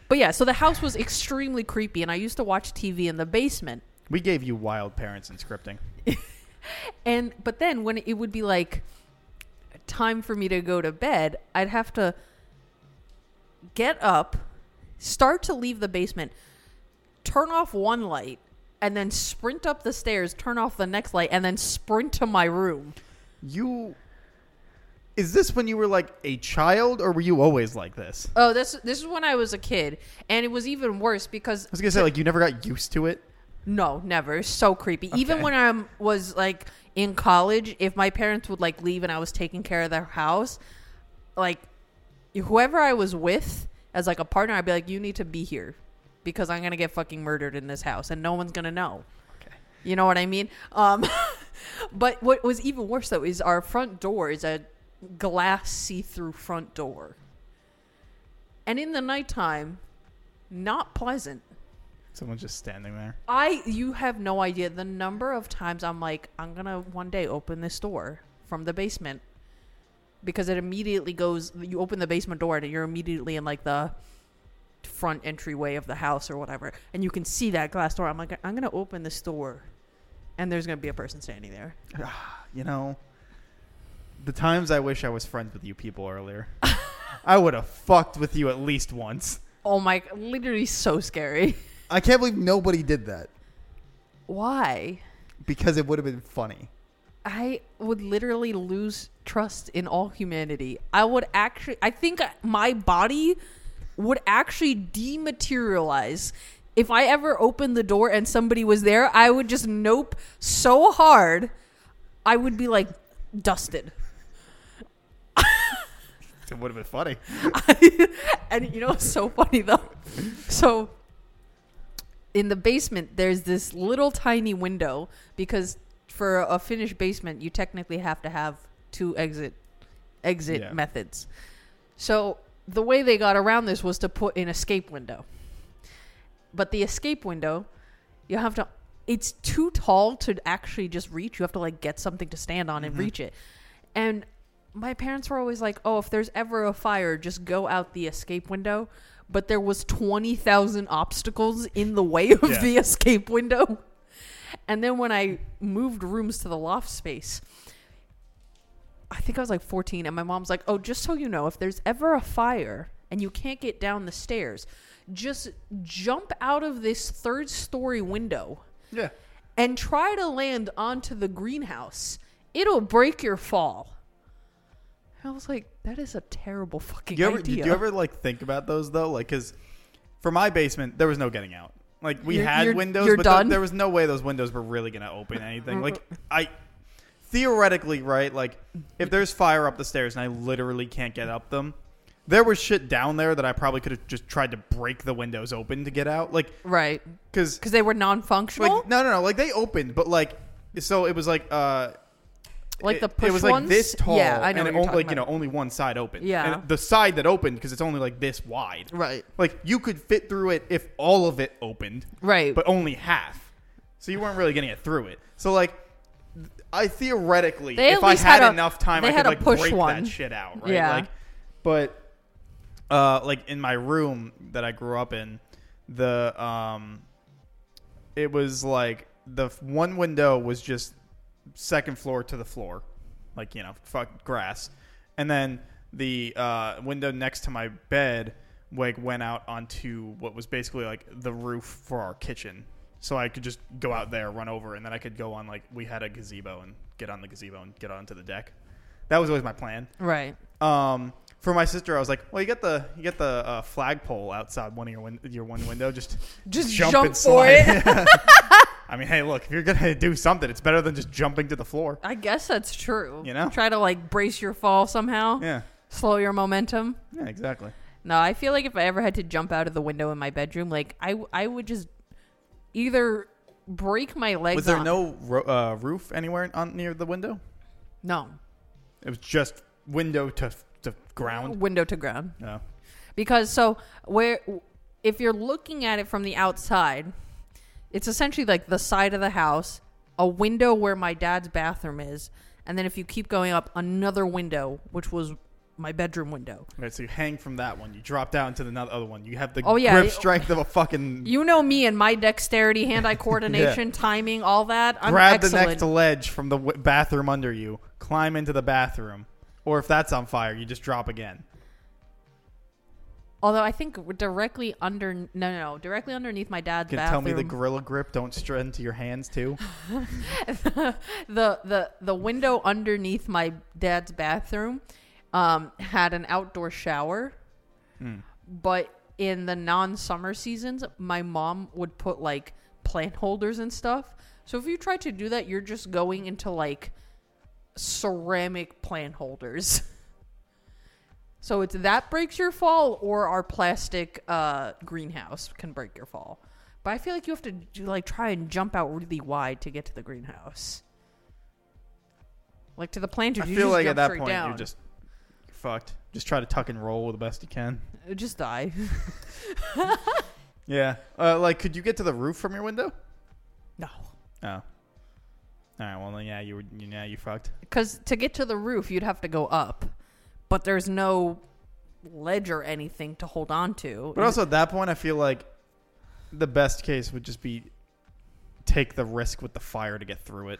[SPEAKER 2] But yeah, so the house was extremely creepy, and I used to watch TV in the basement.
[SPEAKER 1] We gave you wild parents in scripting.
[SPEAKER 2] And but then when it would be like time for me to go to bed, I'd have to get up, start to leave the basement, turn off one light, and then sprint up the stairs, turn off the next light, and then sprint to my room.
[SPEAKER 1] You is this when you were like a child or were you always like this?
[SPEAKER 2] Oh, this this is when I was a kid, and it was even worse because
[SPEAKER 1] I was gonna say like you never got used to it.
[SPEAKER 2] No, never. It's so creepy. Even
[SPEAKER 1] Okay.
[SPEAKER 2] when I was like in college, if my parents would like leave and I was taking care of their house, like whoever I was with as like a partner, I'd be like, "You need to be here because I'm gonna get fucking murdered in this house, and no one's gonna know."
[SPEAKER 1] Okay.
[SPEAKER 2] You know what I mean? Um, but what was even worse though is our front door is a glass see-through front door, and in the nighttime, not pleasant.
[SPEAKER 1] Someone's just standing there.
[SPEAKER 2] I you have no idea the number of times I'm like I'm going to one day open this door from the basement because it immediately goes you open the basement door and you're immediately in like the front entryway of the house or whatever and you can see that glass door. I'm like I'm going to open this door and there's going to be a person standing there.
[SPEAKER 1] You know, the times I wish I was friends with you people earlier. I would have fucked with you at least once.
[SPEAKER 2] Oh my literally so scary.
[SPEAKER 1] I can't believe nobody did that
[SPEAKER 2] Why?
[SPEAKER 1] because it would have been funny.
[SPEAKER 2] I would literally lose trust in all humanity. I would actually, I think my body would actually dematerialize. If I ever opened the door and somebody was there, I would just nope so hard, I would be like dusted.
[SPEAKER 1] It would have been funny.
[SPEAKER 2] and you know it's so funny though so in the basement there's this little tiny window because for a finished basement you technically have to have two exit exit
[SPEAKER 1] Yeah.
[SPEAKER 2] methods so the way they got around this was to put an escape window but the escape window you have to it's too tall to actually just reach you have to like get something to stand on and reach it and my parents were always like oh if there's ever a fire just go out the escape window but there was 20,000 obstacles in the way of
[SPEAKER 1] Yeah.
[SPEAKER 2] the escape window and then when i moved rooms to the loft space I think I was like 14, and my mom's like, "Oh, just so you know, if there's ever a fire and you can't get down the stairs, just jump out of this third story window
[SPEAKER 1] Yeah.
[SPEAKER 2] and try to land onto the greenhouse. It'll break your fall." And I was like, "That is a terrible fucking
[SPEAKER 1] You ever,
[SPEAKER 2] idea."
[SPEAKER 1] did you ever like think about those though? Like, cause for my basement, there was no getting out. Like we
[SPEAKER 2] You're-
[SPEAKER 1] had
[SPEAKER 2] you're-
[SPEAKER 1] windows,
[SPEAKER 2] you're
[SPEAKER 1] but th-
[SPEAKER 2] done?
[SPEAKER 1] there was no way those windows were really gonna open anything. like I theoretically, right? Like
[SPEAKER 2] Mm.
[SPEAKER 1] if there's fire up the stairs and I literally can't get up them, there was shit down there that I probably could have just tried to break the windows open to get out. Like
[SPEAKER 2] right?
[SPEAKER 1] cause
[SPEAKER 2] Because they were non-functional,
[SPEAKER 1] like
[SPEAKER 2] like,
[SPEAKER 1] no no no like they opened, but like so it was like uh
[SPEAKER 2] the
[SPEAKER 1] it-
[SPEAKER 2] push
[SPEAKER 1] It was like
[SPEAKER 2] ones.
[SPEAKER 1] this tall.
[SPEAKER 2] Yeah, I know.
[SPEAKER 1] And it
[SPEAKER 2] what you're
[SPEAKER 1] only,
[SPEAKER 2] talking
[SPEAKER 1] like you know,
[SPEAKER 2] about.
[SPEAKER 1] only one side open.
[SPEAKER 2] Yeah.
[SPEAKER 1] And the side that opened because it's only like this wide.
[SPEAKER 2] right,
[SPEAKER 1] Like you could fit through it if all of it opened,
[SPEAKER 2] right,
[SPEAKER 1] but only half. So you weren't really getting it through it. So like, th- I theoretically,
[SPEAKER 2] They
[SPEAKER 1] if
[SPEAKER 2] at
[SPEAKER 1] I
[SPEAKER 2] least
[SPEAKER 1] had,
[SPEAKER 2] had a-
[SPEAKER 1] enough time,
[SPEAKER 2] they
[SPEAKER 1] I could
[SPEAKER 2] had a
[SPEAKER 1] like
[SPEAKER 2] push
[SPEAKER 1] break
[SPEAKER 2] one.
[SPEAKER 1] that shit out, right?
[SPEAKER 2] Yeah.
[SPEAKER 1] Like, but uh, like in my room that I grew up in, the um, it was like the f- one window was just second floor to the floor, like you know, fuck grass, and then the uh, window next to my bed like went out onto what was basically like the roof for our kitchen. So I could just go out there, run over, and then I could go on like we had a gazebo and get on the gazebo and get onto the deck. That was always my plan.
[SPEAKER 2] Right.
[SPEAKER 1] Um, for my sister, I was like, "Well, you get the you get the uh, flagpole outside one of your win- your one window. Just
[SPEAKER 2] Just
[SPEAKER 1] jump,
[SPEAKER 2] jump
[SPEAKER 1] and
[SPEAKER 2] for
[SPEAKER 1] slide."
[SPEAKER 2] it.
[SPEAKER 1] I mean, hey, look, if you're gonna do something, it's better than just jumping to the floor.
[SPEAKER 2] I guess that's true.
[SPEAKER 1] You know?
[SPEAKER 2] try to like brace your fall somehow,
[SPEAKER 1] Yeah,
[SPEAKER 2] slow your momentum.
[SPEAKER 1] yeah, exactly.
[SPEAKER 2] No, I feel like if I ever had to jump out of the window in my bedroom, like I, w- I would just either break my legs.
[SPEAKER 1] Was there
[SPEAKER 2] on-
[SPEAKER 1] no ro- uh, roof anywhere on near the window?
[SPEAKER 2] no
[SPEAKER 1] It was just window to to ground.
[SPEAKER 2] window to ground?
[SPEAKER 1] No.
[SPEAKER 2] because so where if you're looking at it from the outside it's essentially like the side of the house a window where my dad's bathroom is and then if you keep going up another window which was my bedroom window
[SPEAKER 1] Right, so you hang from that one. You drop down to the no- other one. You have the
[SPEAKER 2] Oh, yeah,
[SPEAKER 1] grip
[SPEAKER 2] it-
[SPEAKER 1] strength of a fucking
[SPEAKER 2] you know me and my dexterity hand-eye coordination timing all that i'm
[SPEAKER 1] grab
[SPEAKER 2] excellent
[SPEAKER 1] the next ledge from the w- bathroom under you, climb into the bathroom, or if that's on fire, you just drop again.
[SPEAKER 2] although i think directly under no no, no directly underneath my dad's
[SPEAKER 1] You can tell
[SPEAKER 2] bathroom
[SPEAKER 1] me the gorilla grip don't strengthen to your hands too.
[SPEAKER 2] the the the window underneath my dad's bathroom um, had an outdoor shower, but in the non-summer seasons, my mom would put like plant holders and stuff. So if you try to do that, you're just going into like ceramic plant holders. So it's that breaks your fall, or our plastic uh, greenhouse can break your fall. But I feel like you have to do, like try and jump out really wide to get to the greenhouse, like to the planter.
[SPEAKER 1] I
[SPEAKER 2] you
[SPEAKER 1] feel
[SPEAKER 2] just
[SPEAKER 1] like
[SPEAKER 2] jump
[SPEAKER 1] at that
[SPEAKER 2] straight
[SPEAKER 1] point
[SPEAKER 2] down.
[SPEAKER 1] you're just you're fucked. Just try to tuck and roll the best you can.
[SPEAKER 2] Uh, just die.
[SPEAKER 1] Yeah, uh, like could you get to the roof from your window?
[SPEAKER 2] no,
[SPEAKER 1] Oh, all right. Well, then yeah, you were yeah you fucked.
[SPEAKER 2] because to get to the roof, you'd have to go up, but there's no ledge or anything to hold on to.
[SPEAKER 1] But also at that point, I feel like the best case would just be take the risk with the fire to get through it.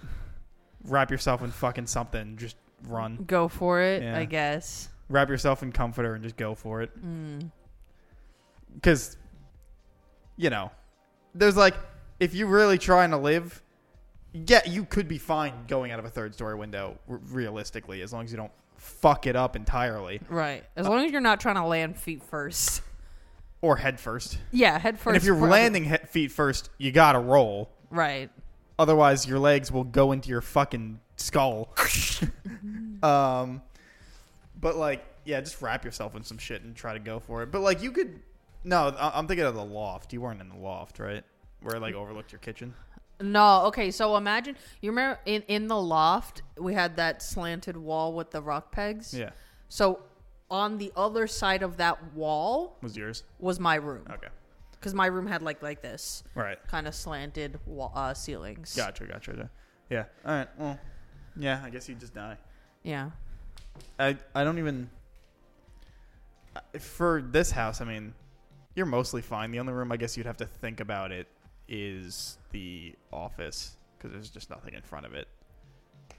[SPEAKER 1] Wrap yourself in fucking something, and just run.
[SPEAKER 2] go for it,
[SPEAKER 1] Yeah.
[SPEAKER 2] I guess.
[SPEAKER 1] Wrap yourself in comforter and just go for it. Because you know, there's like if you're really trying to live, yeah, you could be fine going out of a third story window r- realistically, as long as you don't fuck it up entirely
[SPEAKER 2] Right, as long as you're not trying to land feet first.
[SPEAKER 1] or head first.
[SPEAKER 2] Yeah, head first.
[SPEAKER 1] and if you're
[SPEAKER 2] for-
[SPEAKER 1] landing he- feet first, you gotta roll.
[SPEAKER 2] right?
[SPEAKER 1] Otherwise, your legs will go into your fucking skull. um, but like, yeah, just wrap yourself in some shit and try to go for it. But like, you could. No, I- I'm thinking of the loft. You weren't in the loft, right? Where it, like overlooked your kitchen.
[SPEAKER 2] No, okay. So imagine you remember in in the loft we had that slanted wall with the rock pegs.
[SPEAKER 1] Yeah,
[SPEAKER 2] So on the other side of that wall
[SPEAKER 1] was yours.
[SPEAKER 2] was my room
[SPEAKER 1] Okay,
[SPEAKER 2] because my room had like like this
[SPEAKER 1] all right.
[SPEAKER 2] kind of slanted wall, uh, ceilings.
[SPEAKER 1] Gotcha, gotcha. Yeah. All right. Well, yeah. I guess you just die.
[SPEAKER 2] Yeah.
[SPEAKER 1] I I don't even I- for this house. I mean, you're mostly fine. The only room I guess you'd have to think about it is the office because there's just nothing in front of it.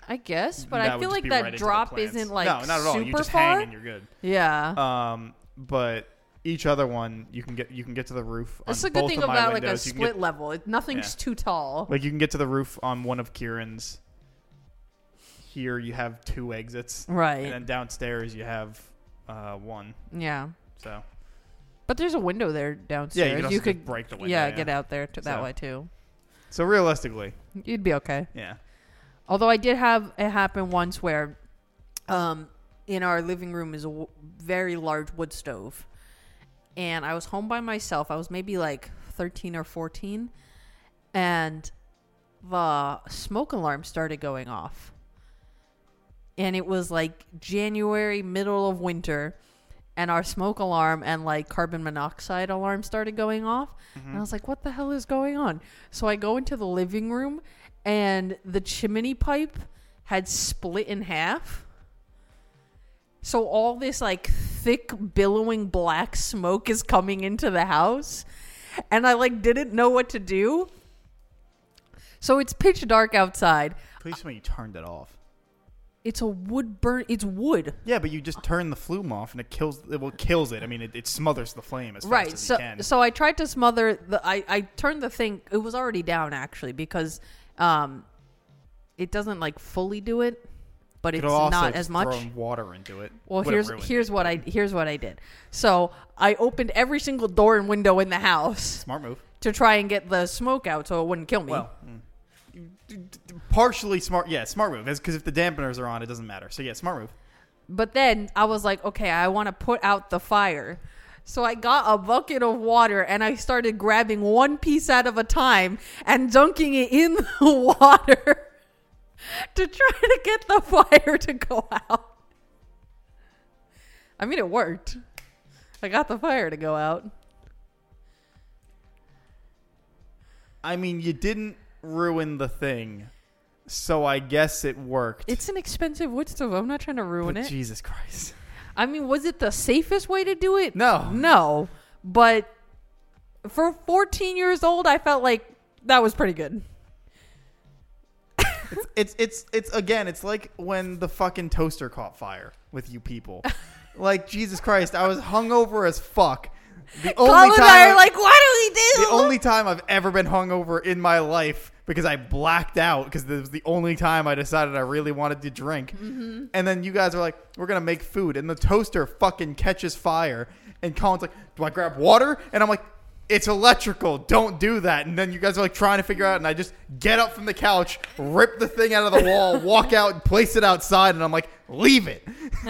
[SPEAKER 2] I guess, but
[SPEAKER 1] That
[SPEAKER 2] I
[SPEAKER 1] would
[SPEAKER 2] feel
[SPEAKER 1] just
[SPEAKER 2] like
[SPEAKER 1] be
[SPEAKER 2] that
[SPEAKER 1] right into the
[SPEAKER 2] drop
[SPEAKER 1] plants.
[SPEAKER 2] isn't like
[SPEAKER 1] no, not at all.
[SPEAKER 2] super
[SPEAKER 1] you just
[SPEAKER 2] far.
[SPEAKER 1] hang and you're good.
[SPEAKER 2] yeah.
[SPEAKER 1] Um, but each other one you can get you can get to the roof.
[SPEAKER 2] That's
[SPEAKER 1] on
[SPEAKER 2] the good
[SPEAKER 1] both
[SPEAKER 2] thing
[SPEAKER 1] of my
[SPEAKER 2] about like a
[SPEAKER 1] windows. You can get-
[SPEAKER 2] split level. It, nothing's
[SPEAKER 1] Yeah.
[SPEAKER 2] too tall.
[SPEAKER 1] like you can get to the roof on one of Kieran's. Here you have two exits, and
[SPEAKER 2] right.
[SPEAKER 1] then downstairs you have uh, one.
[SPEAKER 2] Yeah.
[SPEAKER 1] So
[SPEAKER 2] But there's a window there downstairs.
[SPEAKER 1] yeah, you, could could break the window.
[SPEAKER 2] yeah, get out there to, that
[SPEAKER 1] So-
[SPEAKER 2] way too.
[SPEAKER 1] So realistically,
[SPEAKER 2] You'd be okay.
[SPEAKER 1] yeah,
[SPEAKER 2] Although I did have it happen once where, um, in our living room is a w- very large wood stove, and I was home by myself. I was maybe like thirteen or fourteen, and the smoke alarm started going off. And it was like January, middle of winter, and our smoke alarm and like carbon monoxide alarm started going off. And I was like, what the hell is going on? So I go into the living room, and the chimney pipe had split in half. So all this like thick billowing black smoke is coming into the house and I like didn't know what to do. So it's pitch dark outside.
[SPEAKER 1] please tell me you turned it off.
[SPEAKER 2] It's a wood burn it's wood.
[SPEAKER 1] Yeah, but you just turn the flume off and it kills. It well kills it. I mean, it, it smothers the flame as
[SPEAKER 2] right.
[SPEAKER 1] fast as
[SPEAKER 2] so
[SPEAKER 1] you can.
[SPEAKER 2] so I tried to smother the I, I turned the thing it was already down actually because um it doesn't like fully do it. but it's
[SPEAKER 1] Could also
[SPEAKER 2] not
[SPEAKER 1] just
[SPEAKER 2] as much.
[SPEAKER 1] thrown water into it.
[SPEAKER 2] Well,
[SPEAKER 1] Would've
[SPEAKER 2] here's
[SPEAKER 1] ruined
[SPEAKER 2] here's what I here's what I did. So I opened every single door and window in the
[SPEAKER 1] it.
[SPEAKER 2] house
[SPEAKER 1] smart move.
[SPEAKER 2] to try and get the smoke out so it wouldn't kill me.
[SPEAKER 1] Well, d- d- d- partially smart. Yeah, smart move. Because if the dampeners are on, it doesn't matter. So yeah, smart move.
[SPEAKER 2] But then I was like, okay, I want to put out the fire. So I got a bucket of water and I started grabbing one piece at of a time and dunking it in the water to try to get the fire to go out. I mean, it worked. I got the fire to go out.
[SPEAKER 1] I mean, you didn't ruin the thing, so I guess it worked.
[SPEAKER 2] It's an expensive wood stove. I'm not trying to ruin
[SPEAKER 1] But
[SPEAKER 2] it.
[SPEAKER 1] Jesus Christ.
[SPEAKER 2] I mean, was it the safest way to do it?
[SPEAKER 1] No.
[SPEAKER 2] No. But for 14 years old, I felt like that was pretty good.
[SPEAKER 1] It's it's it's again. It's like when the fucking toaster caught fire with you people. like Jesus Christ, I was hungover as fuck. The only
[SPEAKER 2] Colin and
[SPEAKER 1] time
[SPEAKER 2] I
[SPEAKER 1] I-
[SPEAKER 2] are like, what do we
[SPEAKER 1] the
[SPEAKER 2] do?
[SPEAKER 1] only time I've ever been hungover in my life because I blacked out because this was the only time I decided I really wanted to drink. And then you guys are like, "We're gonna make food," and the toaster fucking catches fire. And Colin's like, "Do I grab water?" And I'm like, "It's electrical. Don't do that." And then you guys are like trying to figure out, and I just get up from the couch, rip the thing out of the wall, walk out, place it outside, and I'm like, "Leave it."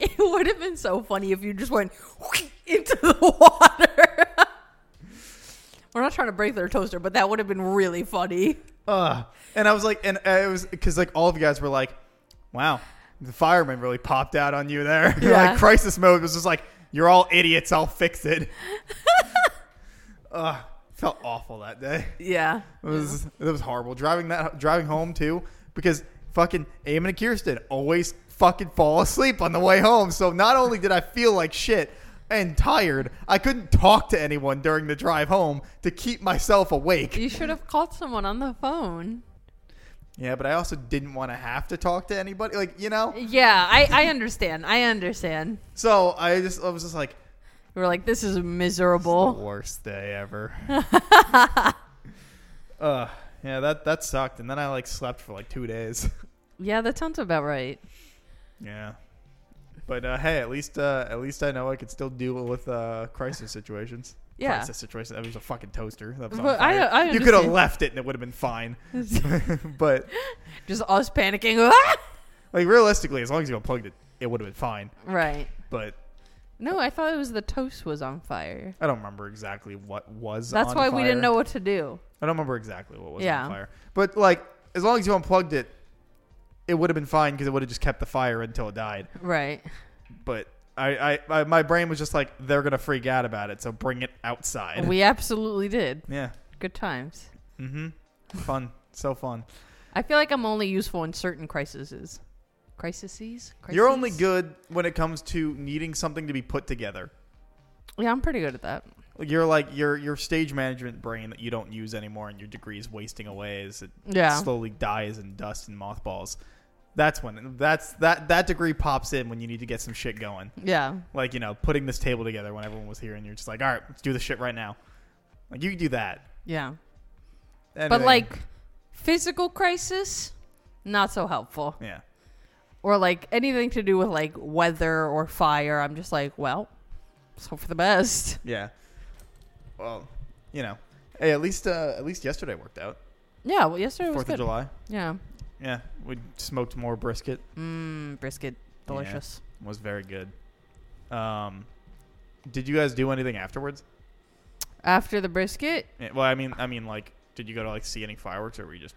[SPEAKER 2] it would have been so funny if you just went into the water. We're not trying to break their toaster, but that would have been really funny.
[SPEAKER 1] Ugh. And I was like, and I was because like all of you guys were like, wow, the fireman really popped out on you there.
[SPEAKER 2] Yeah.
[SPEAKER 1] like crisis mode was just like, you're all idiots. I'll fix it. Ugh, felt awful that day.
[SPEAKER 2] Yeah.
[SPEAKER 1] It was it was horrible driving that driving home too because fucking Eamon and Kirsten always fucking fall asleep on the way home. So not only did I feel like shit and tired, I couldn't talk to anyone during the drive home to keep myself awake.
[SPEAKER 2] You should have called someone on the phone.
[SPEAKER 1] Yeah, but I also didn't want to have to talk to anybody. Like, you know?
[SPEAKER 2] Yeah, I, I understand. I understand.
[SPEAKER 1] So I just I was just like
[SPEAKER 2] We were like, this is
[SPEAKER 1] the
[SPEAKER 2] miserable.
[SPEAKER 1] worst day ever. uh yeah, that that sucked. And then I like slept for like two days.
[SPEAKER 2] Yeah, that sounds about right.
[SPEAKER 1] yeah. But uh, hey, at least uh, at least I know I could still deal with uh, crisis situations.
[SPEAKER 2] Yeah.
[SPEAKER 1] crisis situation. That was a fucking toaster. That was on
[SPEAKER 2] But I-
[SPEAKER 1] fire.
[SPEAKER 2] I
[SPEAKER 1] you could have
[SPEAKER 2] understand.
[SPEAKER 1] left it and it would have been fine. but
[SPEAKER 2] Just us panicking. "Ah!"
[SPEAKER 1] like realistically, as long as you unplugged it, it would have been fine.
[SPEAKER 2] right.
[SPEAKER 1] But
[SPEAKER 2] No, I thought it was the toast was on fire.
[SPEAKER 1] I don't remember exactly what was.
[SPEAKER 2] That's
[SPEAKER 1] on
[SPEAKER 2] why we didn't
[SPEAKER 1] fire.
[SPEAKER 2] know what to do.
[SPEAKER 1] I don't remember exactly what was
[SPEAKER 2] Yeah.
[SPEAKER 1] on fire. But like, as long as you unplugged it, it would have been fine because it would have just kept the fire until it died.
[SPEAKER 2] Right.
[SPEAKER 1] But I, I, I, my brain was just like, they're gonna freak out about it, so bring it outside.
[SPEAKER 2] We absolutely did.
[SPEAKER 1] yeah.
[SPEAKER 2] Good times.
[SPEAKER 1] Mm-hmm. Fun. So fun.
[SPEAKER 2] I feel like I'm only useful in certain crises. Crises?
[SPEAKER 1] You're only
[SPEAKER 2] Crises?
[SPEAKER 1] good when it comes to needing something to be put together.
[SPEAKER 2] Yeah, I'm pretty good at that.
[SPEAKER 1] You're like your your stage management brain that you don't use anymore, and your degree is wasting away as it
[SPEAKER 2] Yeah.
[SPEAKER 1] slowly dies in dust and mothballs. That's when that's that that degree pops in when you need to get some shit going.
[SPEAKER 2] Yeah.
[SPEAKER 1] like you know putting this table together when everyone was here and you're just like all right let's do this shit right now like you can do that
[SPEAKER 2] Yeah. But
[SPEAKER 1] Anything.
[SPEAKER 2] like physical crisis, not so helpful.
[SPEAKER 1] yeah
[SPEAKER 2] Or like anything to do with like weather or fire, I'm just like, well, let's hope for the best.
[SPEAKER 1] yeah well you know hey at least uh at least yesterday worked out
[SPEAKER 2] Yeah, well, yesterday was
[SPEAKER 1] fourth
[SPEAKER 2] good.
[SPEAKER 1] of july
[SPEAKER 2] Yeah.
[SPEAKER 1] yeah we smoked more brisket
[SPEAKER 2] Mmm, brisket. Delicious.
[SPEAKER 1] was very good um did you guys do anything afterwards
[SPEAKER 2] After the brisket,
[SPEAKER 1] Yeah, well i mean i mean like did you go to like see any fireworks or were you just,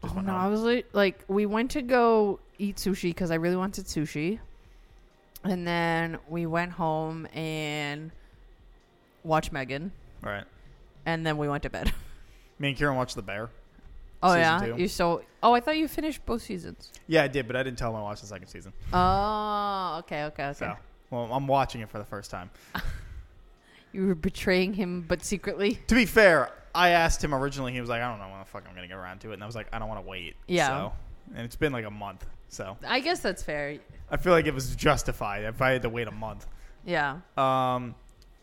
[SPEAKER 1] just
[SPEAKER 2] oh
[SPEAKER 1] went
[SPEAKER 2] no, I
[SPEAKER 1] home?
[SPEAKER 2] was like, like, we went to go eat sushi because I really wanted sushi, and then we went home and watched Megan,
[SPEAKER 1] right
[SPEAKER 2] and then we went to bed.
[SPEAKER 1] me and kieran watched the bear
[SPEAKER 2] oh
[SPEAKER 1] Season
[SPEAKER 2] yeah,
[SPEAKER 1] two.
[SPEAKER 2] you so. Oh, I thought you finished both seasons.
[SPEAKER 1] yeah i did but i didn't tell him i watched the second season
[SPEAKER 2] Oh, okay, okay, okay.
[SPEAKER 1] so well i'm watching it for the first time
[SPEAKER 2] You were betraying him, but secretly.
[SPEAKER 1] To be fair, I asked him originally. He was like, "I don't know when the fuck I'm gonna get around to it," and I was like, "I don't want to wait."
[SPEAKER 2] Yeah.
[SPEAKER 1] So, and it's been like a month, so
[SPEAKER 2] I guess that's fair.
[SPEAKER 1] I feel like it was justified if I had to wait a month.
[SPEAKER 2] Yeah.
[SPEAKER 1] Um,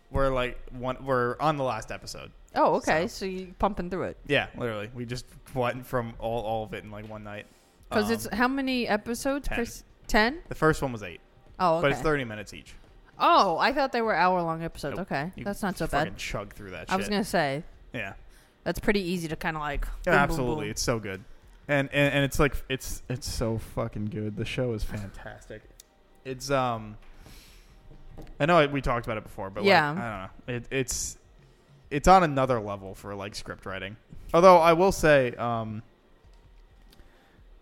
[SPEAKER 1] we're like one, we're on the last episode.
[SPEAKER 2] Oh, okay. So, you pumping through it?
[SPEAKER 1] Yeah, literally, we just went from all all of it in like one night.
[SPEAKER 2] Because
[SPEAKER 1] Um,
[SPEAKER 2] it's how many episodes?
[SPEAKER 1] ten.
[SPEAKER 2] per s- Ten?
[SPEAKER 1] the first one was eight,
[SPEAKER 2] Oh, okay.
[SPEAKER 1] but it's thirty minutes each.
[SPEAKER 2] oh, I thought they were hour long episodes.
[SPEAKER 1] Nope.
[SPEAKER 2] Okay,
[SPEAKER 1] You
[SPEAKER 2] that's not so
[SPEAKER 1] fucking
[SPEAKER 2] bad.
[SPEAKER 1] Chug through that.
[SPEAKER 2] I was
[SPEAKER 1] shit.
[SPEAKER 2] gonna say
[SPEAKER 1] Yeah.
[SPEAKER 2] that's pretty easy to kind of like.
[SPEAKER 1] Yeah,
[SPEAKER 2] boom, boom,
[SPEAKER 1] absolutely.
[SPEAKER 2] boom.
[SPEAKER 1] It's so good. And, and and it's like it's it's so fucking good. The show is fantastic. It's um I know we talked about it before, but
[SPEAKER 2] Yeah.
[SPEAKER 1] like, I don't know. It, it's it's on another level for like script writing. Although I will say um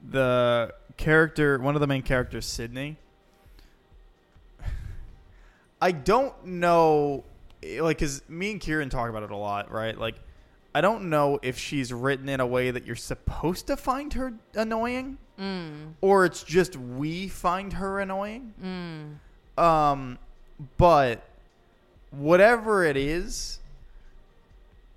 [SPEAKER 1] the character one of the main characters Sydney I don't know eh, like cuz me and Kieran talk about it a lot, right? Like I don't know if she's written in a way that you're supposed to find her annoying
[SPEAKER 2] Mm,
[SPEAKER 1] or it's just we find her annoying.
[SPEAKER 2] mm.
[SPEAKER 1] Um, but whatever it is,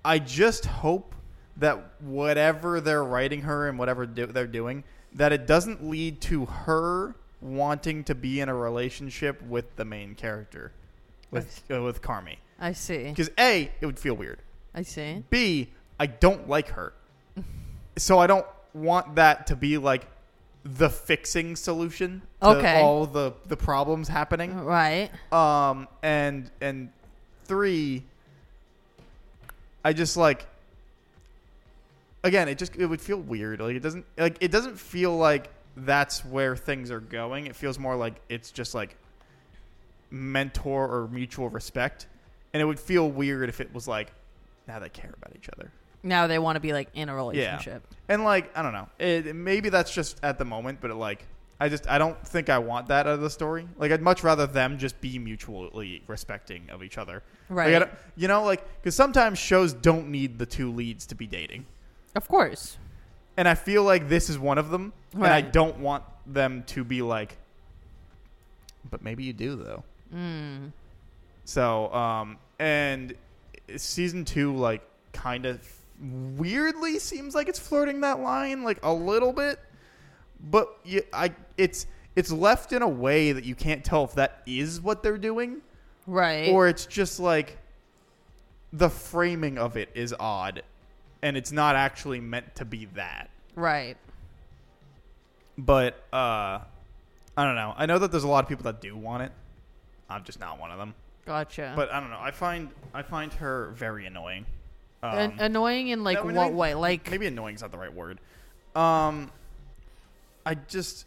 [SPEAKER 1] I just hope that whatever they're writing her and whatever do- they're doing, that it doesn't lead to her wanting to be in a relationship with the main character, with uh, with Carmi.
[SPEAKER 2] I see.
[SPEAKER 1] Because a, it would feel weird.
[SPEAKER 2] I see.
[SPEAKER 1] B, I don't like her. So I don't want that to be like the fixing solution to
[SPEAKER 2] Okay.
[SPEAKER 1] all the, the problems happening.
[SPEAKER 2] Right.
[SPEAKER 1] Um and and three I just like again, it just it would feel weird. Like it doesn't like it doesn't feel like that's where things are going. It feels more like it's just like mentor or mutual respect. And it would feel weird if it was like now they care about each other.
[SPEAKER 2] Now they want to be like in a relationship.
[SPEAKER 1] And like I don't know, it, maybe that's just at the moment, but it, like I just I don't think I want that out of the story. Like I'd much rather them just be mutually respecting of each other, Like, I
[SPEAKER 2] Right.
[SPEAKER 1] don't- you know, like because sometimes shows don't need the two leads to be dating,
[SPEAKER 2] Of course.
[SPEAKER 1] and I feel like this is one of them, and I
[SPEAKER 2] Right.
[SPEAKER 1] don't want them to be like. But maybe you do though.
[SPEAKER 2] Mm.
[SPEAKER 1] So, um, and season two, like, kind of weirdly seems like it's flirting that line, like a little bit, but you, I, it's it's left in a way that you can't tell if that is what they're doing
[SPEAKER 2] Right.
[SPEAKER 1] or it's just like the framing of it is odd, and it's not actually meant to be that
[SPEAKER 2] right.
[SPEAKER 1] but uh I don't know. I know that there's a lot of people that do want it. I'm just not one of them.
[SPEAKER 2] Gotcha.
[SPEAKER 1] But I don't know. I find I find her very annoying. Um,
[SPEAKER 2] An- annoying in like
[SPEAKER 1] no,
[SPEAKER 2] what
[SPEAKER 1] annoying-
[SPEAKER 2] way? Like
[SPEAKER 1] maybe annoying's not the right word. Um I just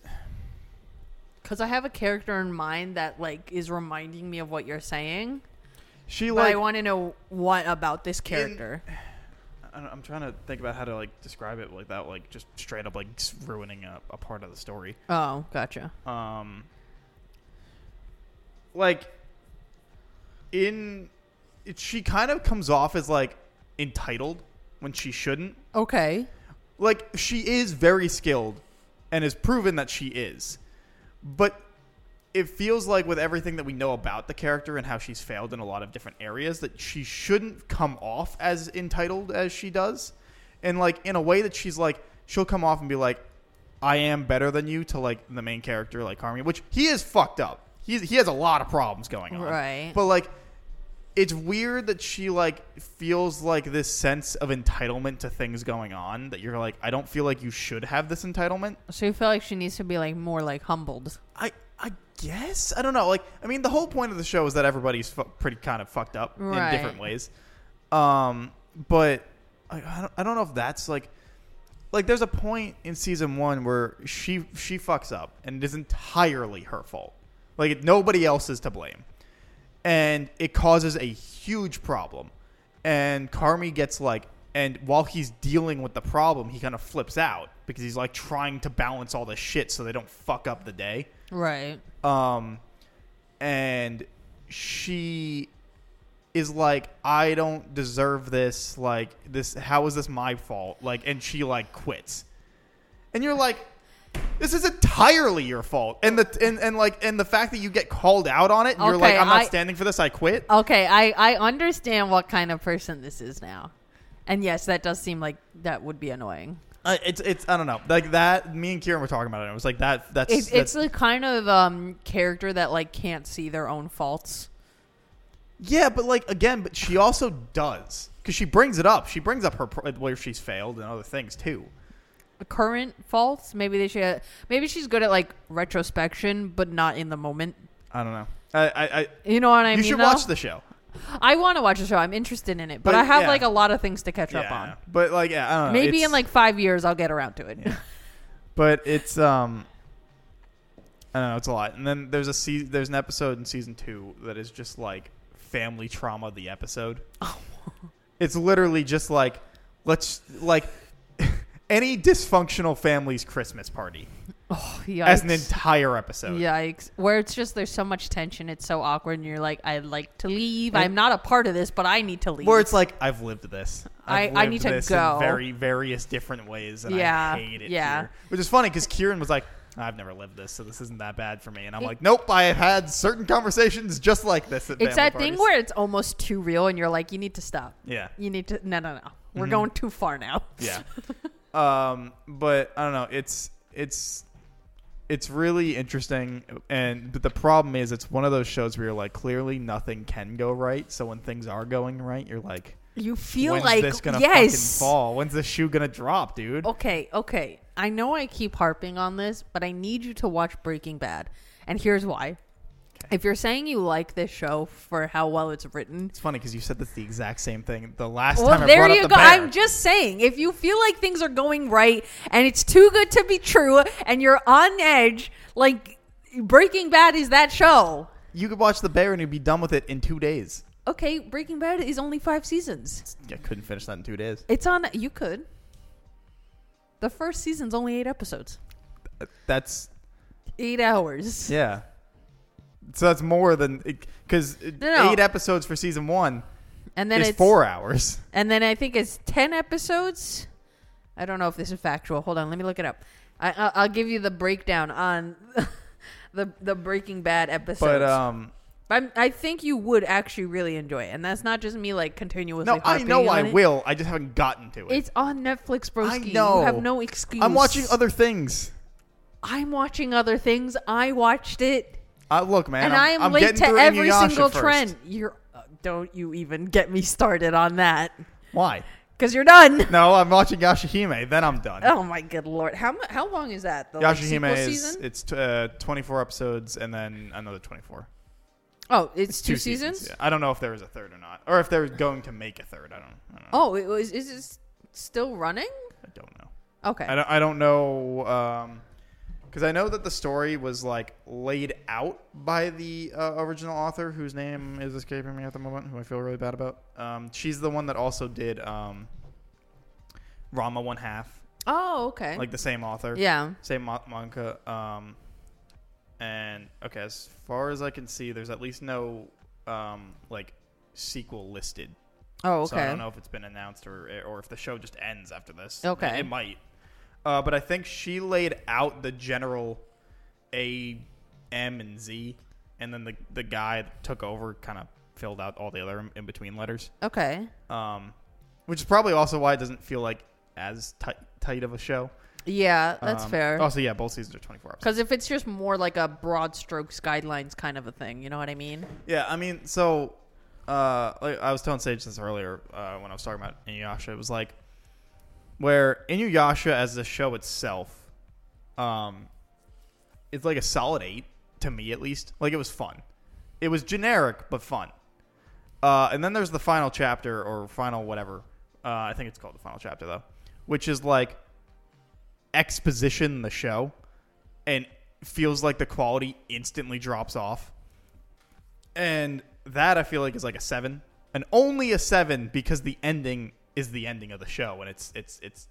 [SPEAKER 2] because I have a character in mind that like is reminding me of what you're saying,
[SPEAKER 1] she
[SPEAKER 2] but
[SPEAKER 1] like
[SPEAKER 2] I want to know what about this character.
[SPEAKER 1] I don't- I'm trying to think about how to like describe it like that like just straight up like s- ruining a, a part of the story.
[SPEAKER 2] oh, gotcha.
[SPEAKER 1] um like in it, she kind of comes off as like entitled when she shouldn't
[SPEAKER 2] Okay.
[SPEAKER 1] like she is very skilled and has proven that she is but it feels like with everything that we know about the character and how she's failed in a lot of different areas that she shouldn't come off as entitled as she does and like in a way that she's like she'll come off and be like i am better than you to like the main character like carmi which he is fucked up He's, he has a lot of problems going on
[SPEAKER 2] Right.
[SPEAKER 1] but like it's weird that she like feels like this sense of entitlement to things going on that you're like I don't feel like you should have this entitlement.
[SPEAKER 2] So you feel like she needs to be like more like humbled.
[SPEAKER 1] I I guess I don't know. Like I mean the whole point of the show is that everybody's fu- pretty kind of fucked up
[SPEAKER 2] Right.
[SPEAKER 1] in different ways. Um but I I don't, I don't know if that's like like there's a point in season 1 where she she fucks up and it is entirely her fault. Like nobody else is to blame. and it causes a huge problem. And Carmi gets like, and while he's dealing with the problem, he kind of flips out because he's like trying to balance all this shit so they don't fuck up the day.
[SPEAKER 2] Right.
[SPEAKER 1] Um, and she is like, I don't deserve this. Like this, how is this my fault? Like, and she like quits, and you're like, this is entirely your fault. And the and, and like and the fact that you get called out on it, and you're
[SPEAKER 2] Okay,
[SPEAKER 1] like, I'm not
[SPEAKER 2] I-
[SPEAKER 1] standing for this. I quit.
[SPEAKER 2] Okay. I I understand what kind of person this is now, and yes, that does seem like that would be annoying.
[SPEAKER 1] I Uh, it's it's I don't know like that. Me and Kieran were talking about it. and It was like that. That's
[SPEAKER 2] It's
[SPEAKER 1] that's-
[SPEAKER 2] it's the kind of um character that like can't see their own faults.
[SPEAKER 1] yeah, but like again, but she also does because she brings it up. She brings up her pro- where she's failed and other things too.
[SPEAKER 2] current faults. Maybe they should. Maybe she's good at like retrospection, but not in the moment.
[SPEAKER 1] I don't know. I, I, I
[SPEAKER 2] You know what I
[SPEAKER 1] you
[SPEAKER 2] mean?
[SPEAKER 1] should
[SPEAKER 2] though?
[SPEAKER 1] watch the show.
[SPEAKER 2] I want to watch the show. I'm interested in it, but,
[SPEAKER 1] But,
[SPEAKER 2] I have
[SPEAKER 1] yeah.
[SPEAKER 2] like a lot of things to catch up
[SPEAKER 1] Yeah,
[SPEAKER 2] on.
[SPEAKER 1] but like, yeah, I don't know.
[SPEAKER 2] Maybe
[SPEAKER 1] It's-
[SPEAKER 2] in like five years, I'll get around to it.
[SPEAKER 1] Yeah. but it's um I don't know, it's a lot. And then there's a se- there's an episode in season 2 that is just like family trauma the episode.
[SPEAKER 2] Oh.
[SPEAKER 1] it's literally just like let's like any dysfunctional family's Christmas party
[SPEAKER 2] oh, yikes.
[SPEAKER 1] as an entire episode.
[SPEAKER 2] Yikes. Where it's just there's so much tension, it's so awkward, and you're like, I'd like to leave.
[SPEAKER 1] It-
[SPEAKER 2] I'm not a part of this, but I need to leave.
[SPEAKER 1] Where it's like I've lived this. I've
[SPEAKER 2] I- I
[SPEAKER 1] lived
[SPEAKER 2] need to
[SPEAKER 1] this
[SPEAKER 2] go.
[SPEAKER 1] in very various different ways, and
[SPEAKER 2] Yeah,
[SPEAKER 1] I hate it
[SPEAKER 2] yeah.
[SPEAKER 1] here. Which is funny because Kieran was like, "I've never lived this, so this isn't that bad for me," and I'm like, "Nope, I have had certain conversations just like this." At family
[SPEAKER 2] it's that thing
[SPEAKER 1] parties."
[SPEAKER 2] where it's almost too real, and you're like, you need to stop.
[SPEAKER 1] yeah,
[SPEAKER 2] You need to. No, no, no. We're
[SPEAKER 1] Mm-hmm.
[SPEAKER 2] going too far now.
[SPEAKER 1] yeah. um, but I don't know. It's it's it's really interesting, and but the problem is, it's one of those shows where you're like, clearly nothing can go right. So when things are going right, you're like.
[SPEAKER 2] You feel
[SPEAKER 1] When's
[SPEAKER 2] like
[SPEAKER 1] this gonna
[SPEAKER 2] yes.
[SPEAKER 1] fucking fall? When's the shoe gonna drop, dude?
[SPEAKER 2] Okay, okay. I know I keep harping on this, but I need you to watch Breaking Bad, and here's why. If you're saying you like this show for how well it's written,
[SPEAKER 1] It's funny because you said that's the exact same thing the last time
[SPEAKER 2] well,
[SPEAKER 1] I
[SPEAKER 2] there
[SPEAKER 1] brought
[SPEAKER 2] you
[SPEAKER 1] up
[SPEAKER 2] go.
[SPEAKER 1] the bear.
[SPEAKER 2] I'm just saying, if you feel like things are going right and it's too good to be true, and you're on edge, like Breaking Bad is that show.
[SPEAKER 1] you could watch the bear and you'd be done with it in two days.
[SPEAKER 2] Okay, Breaking Bad is only five seasons.
[SPEAKER 1] I couldn't finish that in two days.
[SPEAKER 2] It's on. You could. The first season's only eight episodes,
[SPEAKER 1] That's
[SPEAKER 2] eight hours.
[SPEAKER 1] yeah. So that's more than because
[SPEAKER 2] No, no.
[SPEAKER 1] eight episodes for season one
[SPEAKER 2] And then
[SPEAKER 1] is
[SPEAKER 2] it's
[SPEAKER 1] four hours.
[SPEAKER 2] And then I think it's 10 episodes. I don't know if this is factual. Hold on, let me look it up. I, I'll, I'll give you the breakdown on the the Breaking Bad episodes.
[SPEAKER 1] But um,
[SPEAKER 2] I'm, I think you would actually really enjoy it, and that's not just me like continuously.
[SPEAKER 1] no, I
[SPEAKER 2] harping
[SPEAKER 1] know
[SPEAKER 2] on
[SPEAKER 1] I
[SPEAKER 2] it.
[SPEAKER 1] will. I just haven't gotten to it.
[SPEAKER 2] It's on Netflix, broski.
[SPEAKER 1] I know.
[SPEAKER 2] You have no excuse.
[SPEAKER 1] I'm watching other things.
[SPEAKER 2] I'm watching other things. I watched it,
[SPEAKER 1] Uh, look, man,
[SPEAKER 2] and
[SPEAKER 1] I'm,
[SPEAKER 2] I am
[SPEAKER 1] I'm
[SPEAKER 2] late
[SPEAKER 1] getting
[SPEAKER 2] to
[SPEAKER 1] through
[SPEAKER 2] every
[SPEAKER 1] Inuyasha
[SPEAKER 2] single
[SPEAKER 1] first.
[SPEAKER 2] trend. You're uh, don't you even get me started on that
[SPEAKER 1] Why?
[SPEAKER 2] because you're done.
[SPEAKER 1] No, I'm watching Yashahime. Then I'm done.
[SPEAKER 2] Oh my good lord! How mu- how long is that? The like,
[SPEAKER 1] Yashahime
[SPEAKER 2] sequel
[SPEAKER 1] is
[SPEAKER 2] season?
[SPEAKER 1] it's t- uh, 24 episodes and then another 24.
[SPEAKER 2] oh, it's, two, seasons.
[SPEAKER 1] yeah. I don't know if there was a third or not, or if they're going to make a third. I don't. I don't know.
[SPEAKER 2] Oh, it was is it still running?
[SPEAKER 1] I don't know.
[SPEAKER 2] Okay.
[SPEAKER 1] I don't. I don't know. Because I know that the story was like laid out by the uh, original author, whose name is escaping me at the moment, who I feel really bad about. Um, she's the one that also did um, Rama One Half,
[SPEAKER 2] Oh, okay.
[SPEAKER 1] like the same author.
[SPEAKER 2] yeah.
[SPEAKER 1] Say ma- manga. Um, and okay, as far as I can see, there's at least no um, like sequel listed.
[SPEAKER 2] Oh,
[SPEAKER 1] So I
[SPEAKER 2] okay.
[SPEAKER 1] don't know if it's been announced or eh, or if the show just ends after this.
[SPEAKER 2] Okay.
[SPEAKER 1] it, might. Uh, but I think she laid out the general A, M, and Z, and then the the guy that took over kind of filled out all the other in between letters.
[SPEAKER 2] okay.
[SPEAKER 1] Um, which is probably also why it doesn't feel like as tight tight of a show.
[SPEAKER 2] Yeah, that's
[SPEAKER 1] Um,
[SPEAKER 2] fair. 'Cause fair.
[SPEAKER 1] Also, yeah, both seasons are 24 episodes.
[SPEAKER 2] Because if it's just more like a broad strokes guidelines kind of a thing, you know what I mean?
[SPEAKER 1] Yeah, I mean, so uh, like I was telling Sage this earlier uh, when I was talking about Inuyasha. It was like where Inuyasha as the show itself, um, it's like a solid eight to me at least. Like it was fun. It was generic but fun. Uh, and then there's the final chapter or final whatever. Uh, I think it's called the final chapter though, which is like exposition the show, and feels like the quality instantly drops off. And that I feel like is like a seven, and only a seven because the ending is the ending of the show, and it's it's it's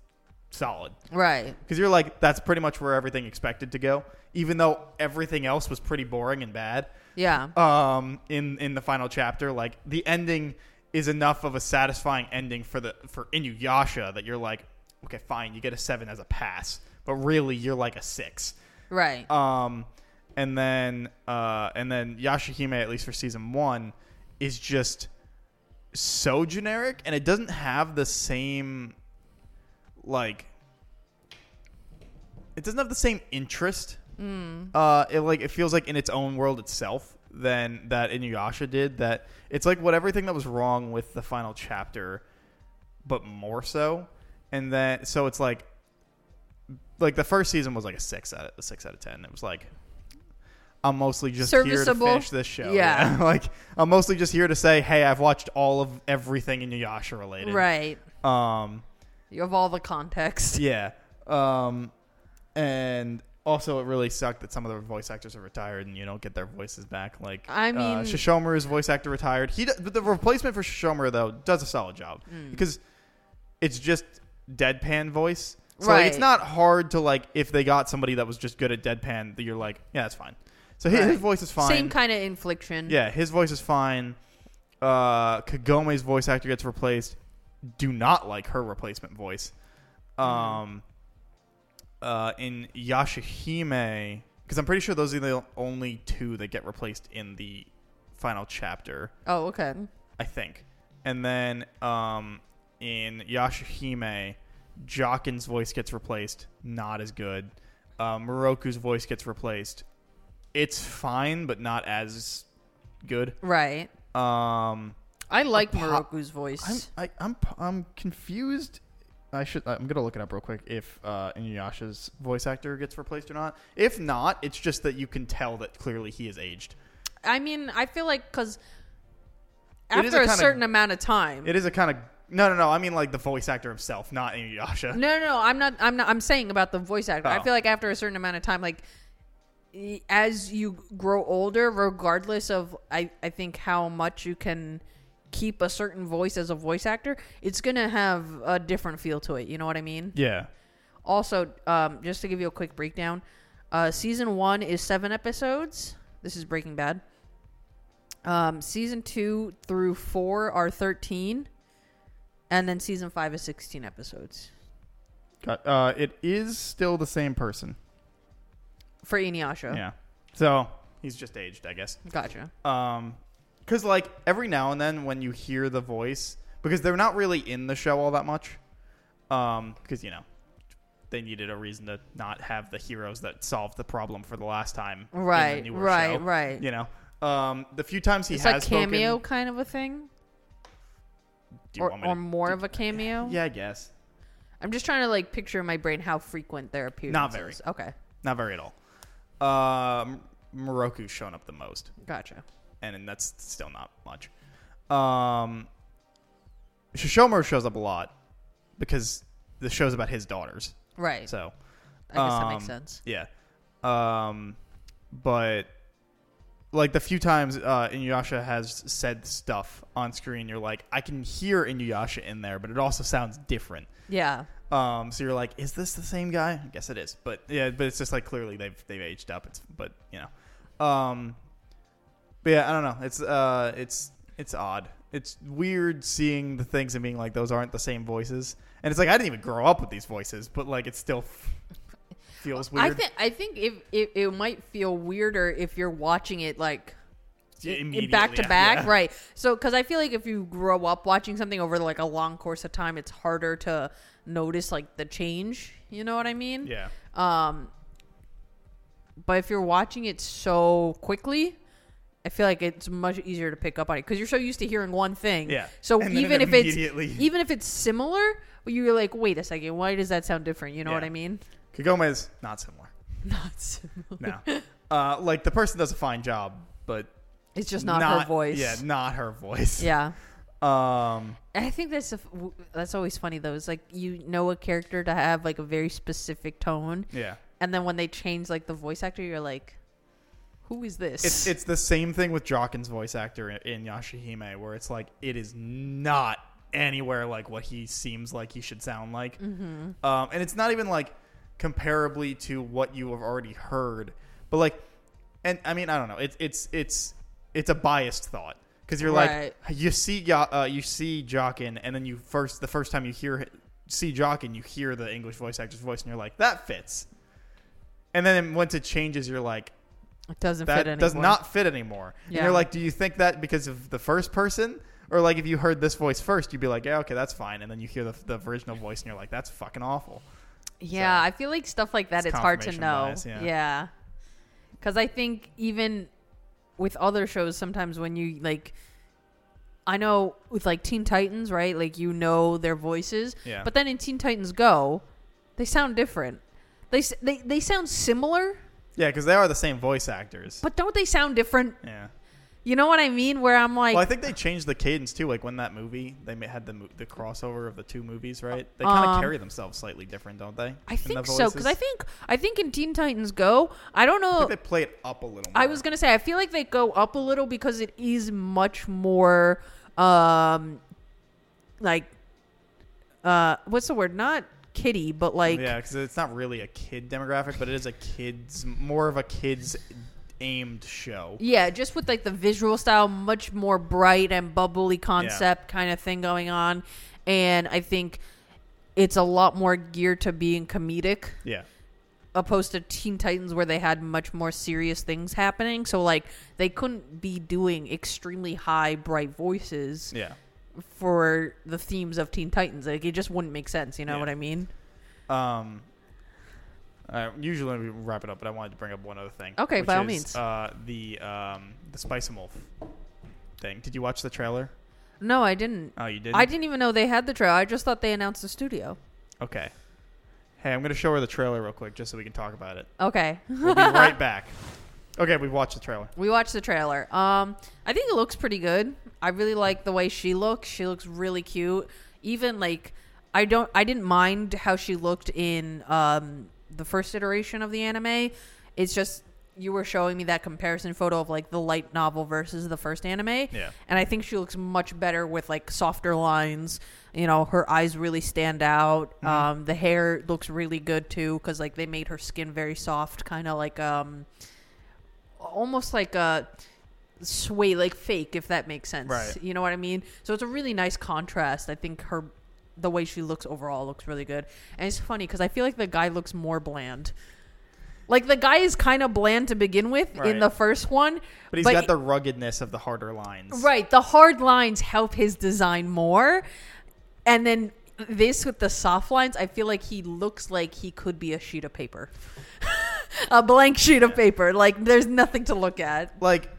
[SPEAKER 1] solid
[SPEAKER 2] Right.
[SPEAKER 1] because you're like that's pretty much where everything expected to go, even though everything else was pretty boring and bad
[SPEAKER 2] Yeah.
[SPEAKER 1] um in in the final chapter like the ending is enough of a satisfying ending for the for inuyasha that you're like okay fine you get a seven as a pass but really you're like a six
[SPEAKER 2] Right.
[SPEAKER 1] um and then uh and then yashahime at least for season one is just so generic and it doesn't have the same like it doesn't have the same interest
[SPEAKER 2] Mm.
[SPEAKER 1] uh, it like it feels like in its own world itself than that Inuyasha did. That it's like what everything that was wrong with the final chapter, but more so. And then so it's like like the first season was like a six out of a six out of ten. It was like I'm mostly just
[SPEAKER 2] Serviceable?
[SPEAKER 1] here to finish this show.
[SPEAKER 2] Yeah.
[SPEAKER 1] like I'm mostly just here to say, hey, I've watched all of everything in Yasha related.
[SPEAKER 2] Right.
[SPEAKER 1] Um.
[SPEAKER 2] You have all the context.
[SPEAKER 1] Yeah. Um. And also, it really sucked that some of the voice actors are retired and you don't get their voices back. Like,
[SPEAKER 2] I
[SPEAKER 1] uh,
[SPEAKER 2] mean-
[SPEAKER 1] Shishomaru's voice actor retired. He, d- but the replacement for Shishomaru though does a solid job
[SPEAKER 2] Hmm.
[SPEAKER 1] because it's just deadpan voice. So like, it's
[SPEAKER 2] Right.
[SPEAKER 1] not hard to like if they got somebody that was just good at deadpan that you're like, yeah, that's fine. So his, his
[SPEAKER 2] Right.
[SPEAKER 1] voice is fine.
[SPEAKER 2] Same kind of infliction.
[SPEAKER 1] Yeah, his voice is fine. Uh, Kagome's voice actor gets replaced. Do not like her replacement voice. Um, uh, in Yashihime, because I'm pretty sure those are the only two that get replaced in the final chapter,
[SPEAKER 2] Oh, okay.
[SPEAKER 1] I think. And then um, in Yashihime, Jockin's voice gets replaced. Not as good. Uh, Moroku's voice gets replaced. It's fine, but not as good.
[SPEAKER 2] Right.
[SPEAKER 1] Um,
[SPEAKER 2] I like
[SPEAKER 1] po-
[SPEAKER 2] Moroku's voice.
[SPEAKER 1] I'm I, I'm I'm confused. I should I'm gonna look it up real quick if uh, Inuyasha's voice actor gets replaced or not. If not, it's just that you can tell that clearly he is aged.
[SPEAKER 2] I mean, I feel like because
[SPEAKER 1] It is
[SPEAKER 2] after
[SPEAKER 1] a
[SPEAKER 2] a,
[SPEAKER 1] kinda-
[SPEAKER 2] certain amount of time.
[SPEAKER 1] It is a kind of no no no. I mean like the voice actor himself, not Inuyasha.
[SPEAKER 2] no, no, no, I'm not. I'm not. I'm saying about the voice actor. I
[SPEAKER 1] Oh.
[SPEAKER 2] feel like after a certain amount of time, like y- as you grow older, regardless of I, I think how much you can keep a certain voice as a voice actor, it's gonna have a different feel to it. You know what I mean?
[SPEAKER 1] Yeah.
[SPEAKER 2] Also, um, just to give you a quick breakdown, uh, season one is seven episodes. This is Breaking Bad. Um, season two through four are thirteen, and then season five is sixteen episodes
[SPEAKER 1] Got, uh, it is still the same person.
[SPEAKER 2] for Inuyasha.
[SPEAKER 1] Yeah. So he's just aged, I guess.
[SPEAKER 2] Gotcha.
[SPEAKER 1] Um, because like every now and then when you hear the voice, because they're not really in the show all that much, um, because you know they needed a reason to not have the heroes that solved the problem for the last time, in the
[SPEAKER 2] Right,
[SPEAKER 1] newer
[SPEAKER 2] right,
[SPEAKER 1] show,
[SPEAKER 2] right.
[SPEAKER 1] You know, um, the few times he
[SPEAKER 2] it's
[SPEAKER 1] has
[SPEAKER 2] like cameo
[SPEAKER 1] spoken,
[SPEAKER 2] kind of a thing,
[SPEAKER 1] do you
[SPEAKER 2] or,
[SPEAKER 1] want me
[SPEAKER 2] or
[SPEAKER 1] to-
[SPEAKER 2] more of a cameo.
[SPEAKER 1] yeah, I guess
[SPEAKER 2] I'm just trying to like picture in my brain how frequent their appearances.
[SPEAKER 1] Not
[SPEAKER 2] Okay,
[SPEAKER 1] not very at all. Um, Moroku's shown up the most.
[SPEAKER 2] gotcha.
[SPEAKER 1] and, and that's still not much. Um, Shishomaru shows up a lot because the show's about his daughters.
[SPEAKER 2] Right.
[SPEAKER 1] So
[SPEAKER 2] I guess that makes
[SPEAKER 1] um,
[SPEAKER 2] sense.
[SPEAKER 1] Yeah. Um, but like the few times uh, Inuyasha has said stuff on screen, you're like, I can hear Inuyasha in there, but it also sounds different.
[SPEAKER 2] Yeah.
[SPEAKER 1] Um, so you're like, is this the same guy? I guess it is, but yeah, but it's just like clearly they've they've aged up. It's but you know, um, but yeah, I don't know. It's uh, it's it's odd. It's weird seeing the things and being like those aren't the same voices. And it's like I didn't even grow up with these voices, but like it still f- feels weird.
[SPEAKER 2] I think I think if it, it might feel weirder if you're watching it like
[SPEAKER 1] Yeah,
[SPEAKER 2] i-
[SPEAKER 1] immediately,
[SPEAKER 2] back to back,
[SPEAKER 1] yeah.
[SPEAKER 2] right? So because I feel like if you grow up watching something over like a long course of time, it's harder to notice like the change. You know what I mean?
[SPEAKER 1] Yeah.
[SPEAKER 2] Um, but if you're watching it so quickly. I feel like it's much easier to pick up on it because you're so used to hearing one thing.
[SPEAKER 1] Yeah.
[SPEAKER 2] So
[SPEAKER 1] And then
[SPEAKER 2] even
[SPEAKER 1] it
[SPEAKER 2] if it's
[SPEAKER 1] immediately-
[SPEAKER 2] even if it's similar, you're like, wait a second, why does that sound different? You know what
[SPEAKER 1] Yeah.
[SPEAKER 2] I mean?
[SPEAKER 1] Kagome is not similar.
[SPEAKER 2] Not similar.
[SPEAKER 1] No. uh, like the person does a fine job, but
[SPEAKER 2] It's just not, her voice.
[SPEAKER 1] Yeah, not her voice.
[SPEAKER 2] Yeah.
[SPEAKER 1] Um.
[SPEAKER 2] I think that's a f w that's always funny though. It's like you know a character to have like a very specific tone,
[SPEAKER 1] Yeah.
[SPEAKER 2] and then when they change like the voice actor, you're like, who is this?
[SPEAKER 1] It's it's the same thing with Jockin's voice actor in, in Yashahime, where it's like it is not anywhere like what he seems like he should sound like, um, and it's not even like comparably to what you have already heard. But like, and I mean, I don't know. It's it's it's it's a biased thought because you're
[SPEAKER 2] Right.
[SPEAKER 1] like you see Ya- uh, you see Jockin, and then you first the first time you hear hi- see Jockin, you hear the English voice actor's voice, and you're like that fits. And then once it changes, you're like,
[SPEAKER 2] it doesn't fit
[SPEAKER 1] that
[SPEAKER 2] anymore.
[SPEAKER 1] does not fit anymore. And
[SPEAKER 2] Yeah.
[SPEAKER 1] you're like, do you think that because of the first person? Or like if you heard this voice first, you'd be like, yeah, okay, that's fine. And then you hear the, the original voice and you're like, that's fucking awful.
[SPEAKER 2] Yeah,
[SPEAKER 1] so-
[SPEAKER 2] I feel like stuff like that. It's,
[SPEAKER 1] It's
[SPEAKER 2] hard to
[SPEAKER 1] confirmation
[SPEAKER 2] know.
[SPEAKER 1] bias, yeah.
[SPEAKER 2] yeah. Because I think even with other shows, sometimes when you like, I know with like Teen Titans, right? Like you know their voices,
[SPEAKER 1] Yeah.
[SPEAKER 2] but then in Teen Titans Go, they sound different. They s- they they sound similar,
[SPEAKER 1] Yeah, because they are the same voice actors.
[SPEAKER 2] but don't they sound different?
[SPEAKER 1] yeah.
[SPEAKER 2] You know what I mean? Where I'm like,
[SPEAKER 1] Well, I think they changed the cadence too. Like when that movie they ma- had the mo- the crossover of the two movies, right? They kind of
[SPEAKER 2] Um,
[SPEAKER 1] carry themselves slightly different, don't they?
[SPEAKER 2] I,
[SPEAKER 1] in the
[SPEAKER 2] think so because I
[SPEAKER 1] voices?
[SPEAKER 2] think I think in Teen Titans Go, I don't know.
[SPEAKER 1] I think they play it up a little. More.
[SPEAKER 2] I was gonna say I feel like they go up a little because it is much more um like uh what's the word? Not kitty, but like
[SPEAKER 1] yeah, because it's not really a kid demographic, but it is a kids more of a kids aimed show.
[SPEAKER 2] yeah, just with like the visual style, much more bright and bubbly concept kind of thing going on. And I think it's a lot more geared to being comedic
[SPEAKER 1] Yeah,
[SPEAKER 2] opposed to Teen Titans where they had much more serious things happening. So like they couldn't be doing extremely high bright voices.
[SPEAKER 1] yeah.
[SPEAKER 2] for the themes of Teen Titans. Like it just wouldn't make sense. You know
[SPEAKER 1] Yeah.
[SPEAKER 2] what I mean?
[SPEAKER 1] Um, uh, usually we wrap it up, but I wanted to bring up one other thing.
[SPEAKER 2] Okay,
[SPEAKER 1] which
[SPEAKER 2] by all
[SPEAKER 1] is,
[SPEAKER 2] means.
[SPEAKER 1] Uh, the um, the Spice and Wolf thing. Did you watch the trailer?
[SPEAKER 2] No, I didn't.
[SPEAKER 1] Oh, you did.
[SPEAKER 2] I didn't even know they had the trailer. I just thought they announced the studio.
[SPEAKER 1] Okay. Hey, I'm gonna show her the trailer real quick, just so we can talk about it.
[SPEAKER 2] Okay,
[SPEAKER 1] We'll be right back. Okay, we've watched the trailer.
[SPEAKER 2] we watched the trailer. Um, I think it looks pretty good. I really like the way she looks. She looks really cute. Even like, I don't. I didn't mind how she looked in um the first iteration of the anime. It's just you were showing me that comparison photo of like the light novel versus the first anime.
[SPEAKER 1] Yeah.
[SPEAKER 2] and I think she looks much better with like softer lines. You know, her eyes really stand out.
[SPEAKER 1] Mm-hmm.
[SPEAKER 2] Um, the hair looks really good too because like they made her skin very soft, kind of like um, almost like a sway, like fake, if that makes sense.
[SPEAKER 1] Right.
[SPEAKER 2] You know what I mean? So it's a really nice contrast. I think her. The way she looks overall looks really good, and it's funny because I feel like the guy looks more bland. Like the guy is kind of bland to begin with
[SPEAKER 1] Right.
[SPEAKER 2] in the first one,
[SPEAKER 1] But he's
[SPEAKER 2] but
[SPEAKER 1] got the ruggedness of the harder lines.
[SPEAKER 2] Right. The hard lines help his design more. And then this with the soft lines, I feel like he looks like he could be a sheet of paper. a blank sheet of paper. Like there's nothing to look at.
[SPEAKER 1] Like,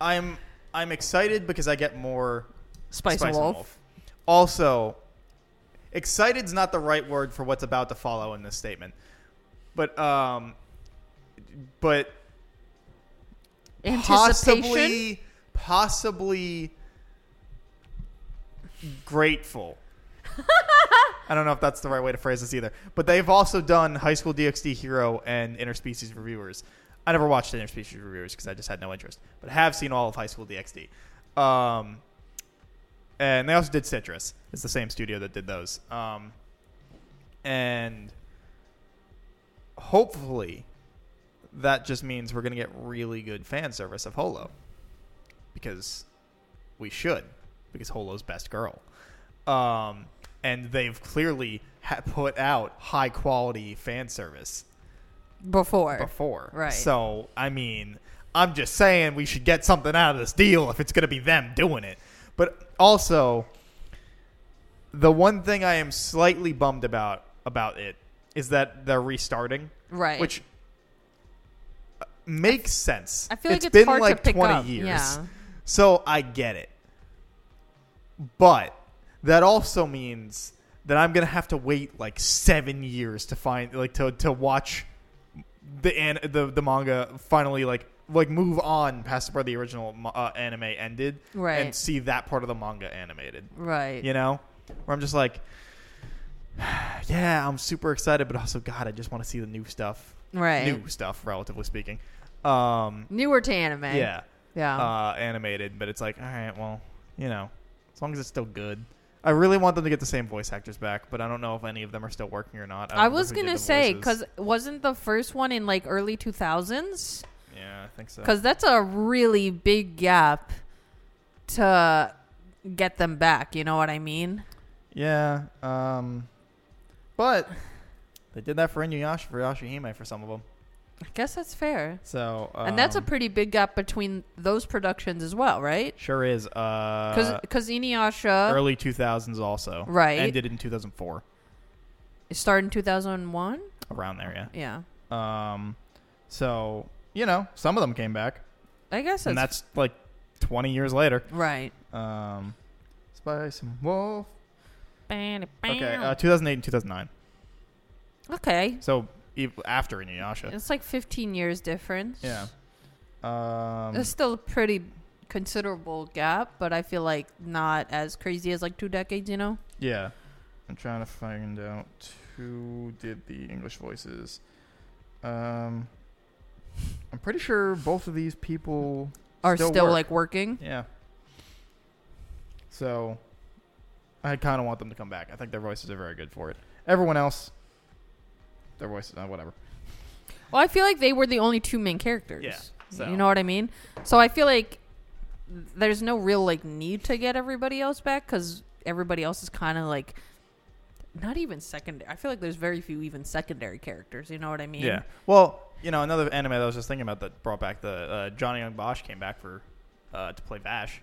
[SPEAKER 1] I'm I'm excited because I get more
[SPEAKER 2] Spice,
[SPEAKER 1] Spice
[SPEAKER 2] and
[SPEAKER 1] and
[SPEAKER 2] Wolf.
[SPEAKER 1] Also, excited's not the right word for what's about to follow in this statement. But um, but
[SPEAKER 2] Anticipation.
[SPEAKER 1] possibly possibly grateful. I don't know if that's the right way to phrase this either. But they've also done High School DxD Hero and Interspecies Reviewers. I never watched Interspecies Reviewers because I just had no interest, but have seen all of High School DxD. Um, and they also did Citrus. It's the same studio that did those. Um, and hopefully, that just means we're going to get really good fan service of Holo because we should because Holo's best girl. Um, and they've clearly ha- put out high quality fan service
[SPEAKER 2] Before.
[SPEAKER 1] before.
[SPEAKER 2] Right.
[SPEAKER 1] So, I mean, I'm just saying we should get something out of this deal if it's going to be them doing it. But also, the one thing I am slightly bummed about about it is that they're restarting,
[SPEAKER 2] Right.
[SPEAKER 1] which uh, makes sense.
[SPEAKER 2] I feel like it's
[SPEAKER 1] been
[SPEAKER 2] hard to
[SPEAKER 1] like
[SPEAKER 2] pick
[SPEAKER 1] 20
[SPEAKER 2] up,
[SPEAKER 1] years.
[SPEAKER 2] yeah.
[SPEAKER 1] So, I get it. But that also means that I'm gonna have to wait like seven years to find like to to watch the an- the the manga finally like like move on past where the original mo- uh, anime ended
[SPEAKER 2] Right.
[SPEAKER 1] and see that part of the manga animated.
[SPEAKER 2] right.
[SPEAKER 1] You know, where I'm just like, yeah, I'm super excited, but also God, I just want to see the new stuff,
[SPEAKER 2] Right.
[SPEAKER 1] new stuff, relatively speaking. Um,
[SPEAKER 2] Newer to anime.
[SPEAKER 1] yeah
[SPEAKER 2] Yeah.
[SPEAKER 1] uh, animated, but it's like, all right, well, you know, as long as it's still good. I really want them to get the same voice actors back, but I don't know if any of them are still working or not. don't
[SPEAKER 2] I
[SPEAKER 1] remember
[SPEAKER 2] was
[SPEAKER 1] who did
[SPEAKER 2] gonna
[SPEAKER 1] the
[SPEAKER 2] say
[SPEAKER 1] voices.
[SPEAKER 2] because wasn't the first one in like early two thousands?
[SPEAKER 1] yeah, I think so.
[SPEAKER 2] Because that's a really big gap to get them back. You know what I mean?
[SPEAKER 1] Yeah, um, but they did that for Inuyasha for Yashahime for some of them.
[SPEAKER 2] I guess that's fair.
[SPEAKER 1] So um,
[SPEAKER 2] and that's a pretty big gap between those productions as well, right?
[SPEAKER 1] sure is
[SPEAKER 2] Because
[SPEAKER 1] uh
[SPEAKER 2] Inuyasha
[SPEAKER 1] early two thousands also
[SPEAKER 2] Right.
[SPEAKER 1] ended in two thousand four
[SPEAKER 2] started in 2001.
[SPEAKER 1] around there
[SPEAKER 2] Yeah.
[SPEAKER 1] yeah. Um, so you know some of them came back,
[SPEAKER 2] I guess that's,
[SPEAKER 1] and that's like twenty years later.
[SPEAKER 2] right.
[SPEAKER 1] Um, Spice and Wolf. uh,
[SPEAKER 2] Okay.
[SPEAKER 1] Okay, uh, 2008 and 2009.
[SPEAKER 2] okay.
[SPEAKER 1] So ev- after Inuyasha.
[SPEAKER 2] It's like 15 years difference.
[SPEAKER 1] Yeah. Um,
[SPEAKER 2] It's still a pretty considerable gap, but I feel like not as crazy as like two decades, you know?
[SPEAKER 1] yeah. I'm trying to find out who did the English voices. Um, I'm pretty sure both of these people
[SPEAKER 2] Are still,
[SPEAKER 1] still work.
[SPEAKER 2] like working.
[SPEAKER 1] Yeah. So, I kind of want them to come back. I think their voices are very good for it. Everyone else, their voices, uh, whatever.
[SPEAKER 2] Well, I feel like they were the only two main characters.
[SPEAKER 1] Yeah, so-
[SPEAKER 2] You know what I mean? So I feel like there's no real like need to get everybody else back because everybody else is kind of like not even secondary. I feel like there's very few even secondary characters. You know what I mean?
[SPEAKER 1] Well, you know, another anime that I was just thinking about that brought back the uh, Johnny Young Bosch came back for uh, to play Vash,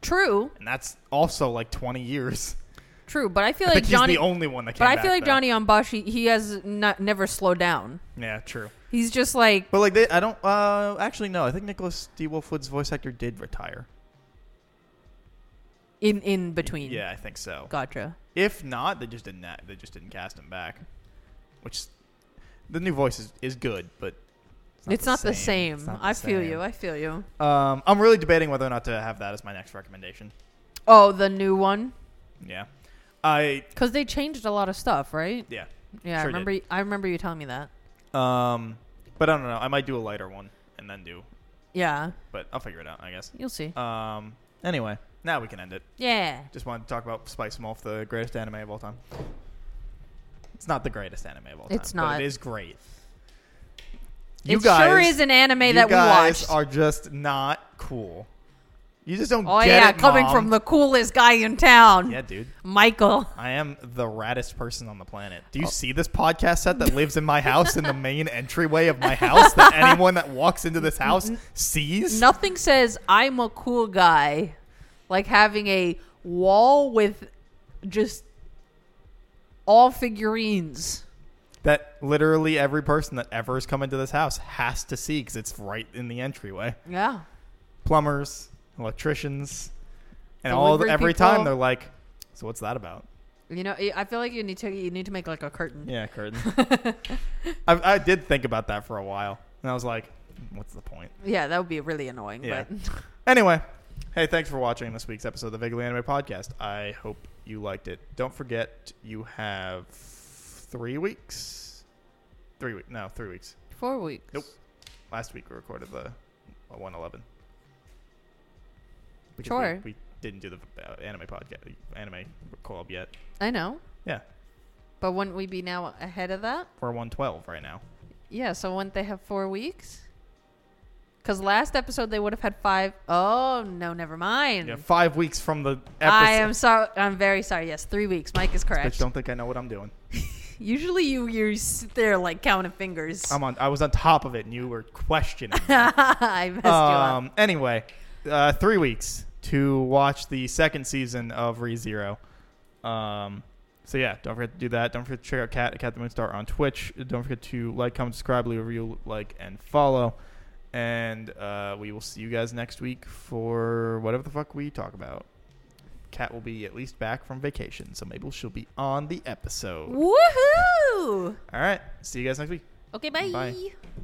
[SPEAKER 2] True.
[SPEAKER 1] and that's also like 20 years.
[SPEAKER 2] True. But I feel
[SPEAKER 1] I
[SPEAKER 2] like
[SPEAKER 1] think
[SPEAKER 2] Johnny.
[SPEAKER 1] he's the only one that came
[SPEAKER 2] but I
[SPEAKER 1] back,
[SPEAKER 2] feel like
[SPEAKER 1] though.
[SPEAKER 2] Johnny Ambashi, he has not never slowed down.
[SPEAKER 1] Yeah, true.
[SPEAKER 2] He's just like
[SPEAKER 1] But like, they, I don't. Uh, actually, no. I think Nicholas D. Wolfwood's voice actor did retire.
[SPEAKER 2] in in between.
[SPEAKER 1] Yeah, I think so.
[SPEAKER 2] Gotcha.
[SPEAKER 1] If not, they just didn't. a- They just didn't cast him back. Which the new voice is, is good, but
[SPEAKER 2] It's not the same.
[SPEAKER 1] It's not the
[SPEAKER 2] I feel
[SPEAKER 1] same.
[SPEAKER 2] you. I feel you.
[SPEAKER 1] Um, I'm really debating whether or not to have that as my next recommendation.
[SPEAKER 2] Oh, the new one.
[SPEAKER 1] Yeah, I
[SPEAKER 2] Because they changed a lot of stuff, right?
[SPEAKER 1] yeah.
[SPEAKER 2] Yeah, I
[SPEAKER 1] Sure did.
[SPEAKER 2] remember. I remember you telling me that.
[SPEAKER 1] Um, but I don't know. I might do a lighter one and then do,
[SPEAKER 2] Yeah,
[SPEAKER 1] but I'll figure it out, I guess.
[SPEAKER 2] you'll see.
[SPEAKER 1] Um, anyway, now we can end it.
[SPEAKER 2] Yeah,
[SPEAKER 1] Just wanted to talk about Spice Wolf, the greatest anime of all time. It's not the greatest anime of all time.
[SPEAKER 2] It's
[SPEAKER 1] but
[SPEAKER 2] not.
[SPEAKER 1] it is great.
[SPEAKER 2] it sure is an anime
[SPEAKER 1] you
[SPEAKER 2] that we
[SPEAKER 1] guys
[SPEAKER 2] watched.
[SPEAKER 1] are just not cool. You just don't.
[SPEAKER 2] oh
[SPEAKER 1] get
[SPEAKER 2] yeah,
[SPEAKER 1] it,
[SPEAKER 2] coming
[SPEAKER 1] Mom.
[SPEAKER 2] from the coolest guy in town,
[SPEAKER 1] yeah, dude.
[SPEAKER 2] Michael.
[SPEAKER 1] I am the raddest person on the planet. Do you
[SPEAKER 2] Oh.
[SPEAKER 1] see this podcast set that lives in my house in the main entryway of my house that anyone that walks into this house sees?
[SPEAKER 2] Nothing says I'm a cool guy like having a wall with just all figurines.
[SPEAKER 1] That literally every person that ever has come into this house has to see because it's right in the entryway.
[SPEAKER 2] Yeah,
[SPEAKER 1] Plumbers, electricians, and all
[SPEAKER 2] Delivery
[SPEAKER 1] every
[SPEAKER 2] people.
[SPEAKER 1] time they're like, "So what's that about?"
[SPEAKER 2] you know, I I feel like you need to you need to make like a curtain.
[SPEAKER 1] Yeah, curtain. I, I did think about that for a while, and I was like, "What's the point?"
[SPEAKER 2] Yeah, that would be really annoying.
[SPEAKER 1] Yeah.
[SPEAKER 2] But
[SPEAKER 1] Anyway, hey, thanks for watching this week's episode of the Vaguely Anime Podcast. I hope you liked it. Don't forget, you have three weeks. Three weeks? No, three weeks.
[SPEAKER 2] four weeks.
[SPEAKER 1] Nope. Last week we recorded the one eleven.
[SPEAKER 2] Sure.
[SPEAKER 1] We, we didn't do the uh, anime podcast, anime collab yet.
[SPEAKER 2] I know,
[SPEAKER 1] Yeah,
[SPEAKER 2] but wouldn't we be now ahead of that?
[SPEAKER 1] we're one twelve right now.
[SPEAKER 2] Yeah, so wouldn't they have four weeks? Because last episode they would have had five oh no, never mind.
[SPEAKER 1] Yeah, five weeks from the episode.
[SPEAKER 2] Mm. I am sorry. I'm very sorry. Yes, three weeks. Mike is
[SPEAKER 1] Bitch,
[SPEAKER 2] correct.
[SPEAKER 1] don't think I know what I'm doing.
[SPEAKER 2] Usually you you sit there like counting fingers.
[SPEAKER 1] I'm on. I was on top of it, and you were questioning.
[SPEAKER 2] I messed you up.
[SPEAKER 1] um. Anyway, uh, three weeks to watch the second season of ReZero. Um. So yeah, don't forget to do that. Don't forget to check out Cat at Cat the Moonstar on Twitch. Don't forget to like, comment, subscribe, leave a review, like, and follow. And uh, we will see you guys next week for whatever the fuck we talk about. Cat will be at least back from vacation, so maybe she'll be on the episode.
[SPEAKER 2] Woohoo!
[SPEAKER 1] All right, see you guys next week.
[SPEAKER 2] Okay,
[SPEAKER 1] Bye.
[SPEAKER 2] bye.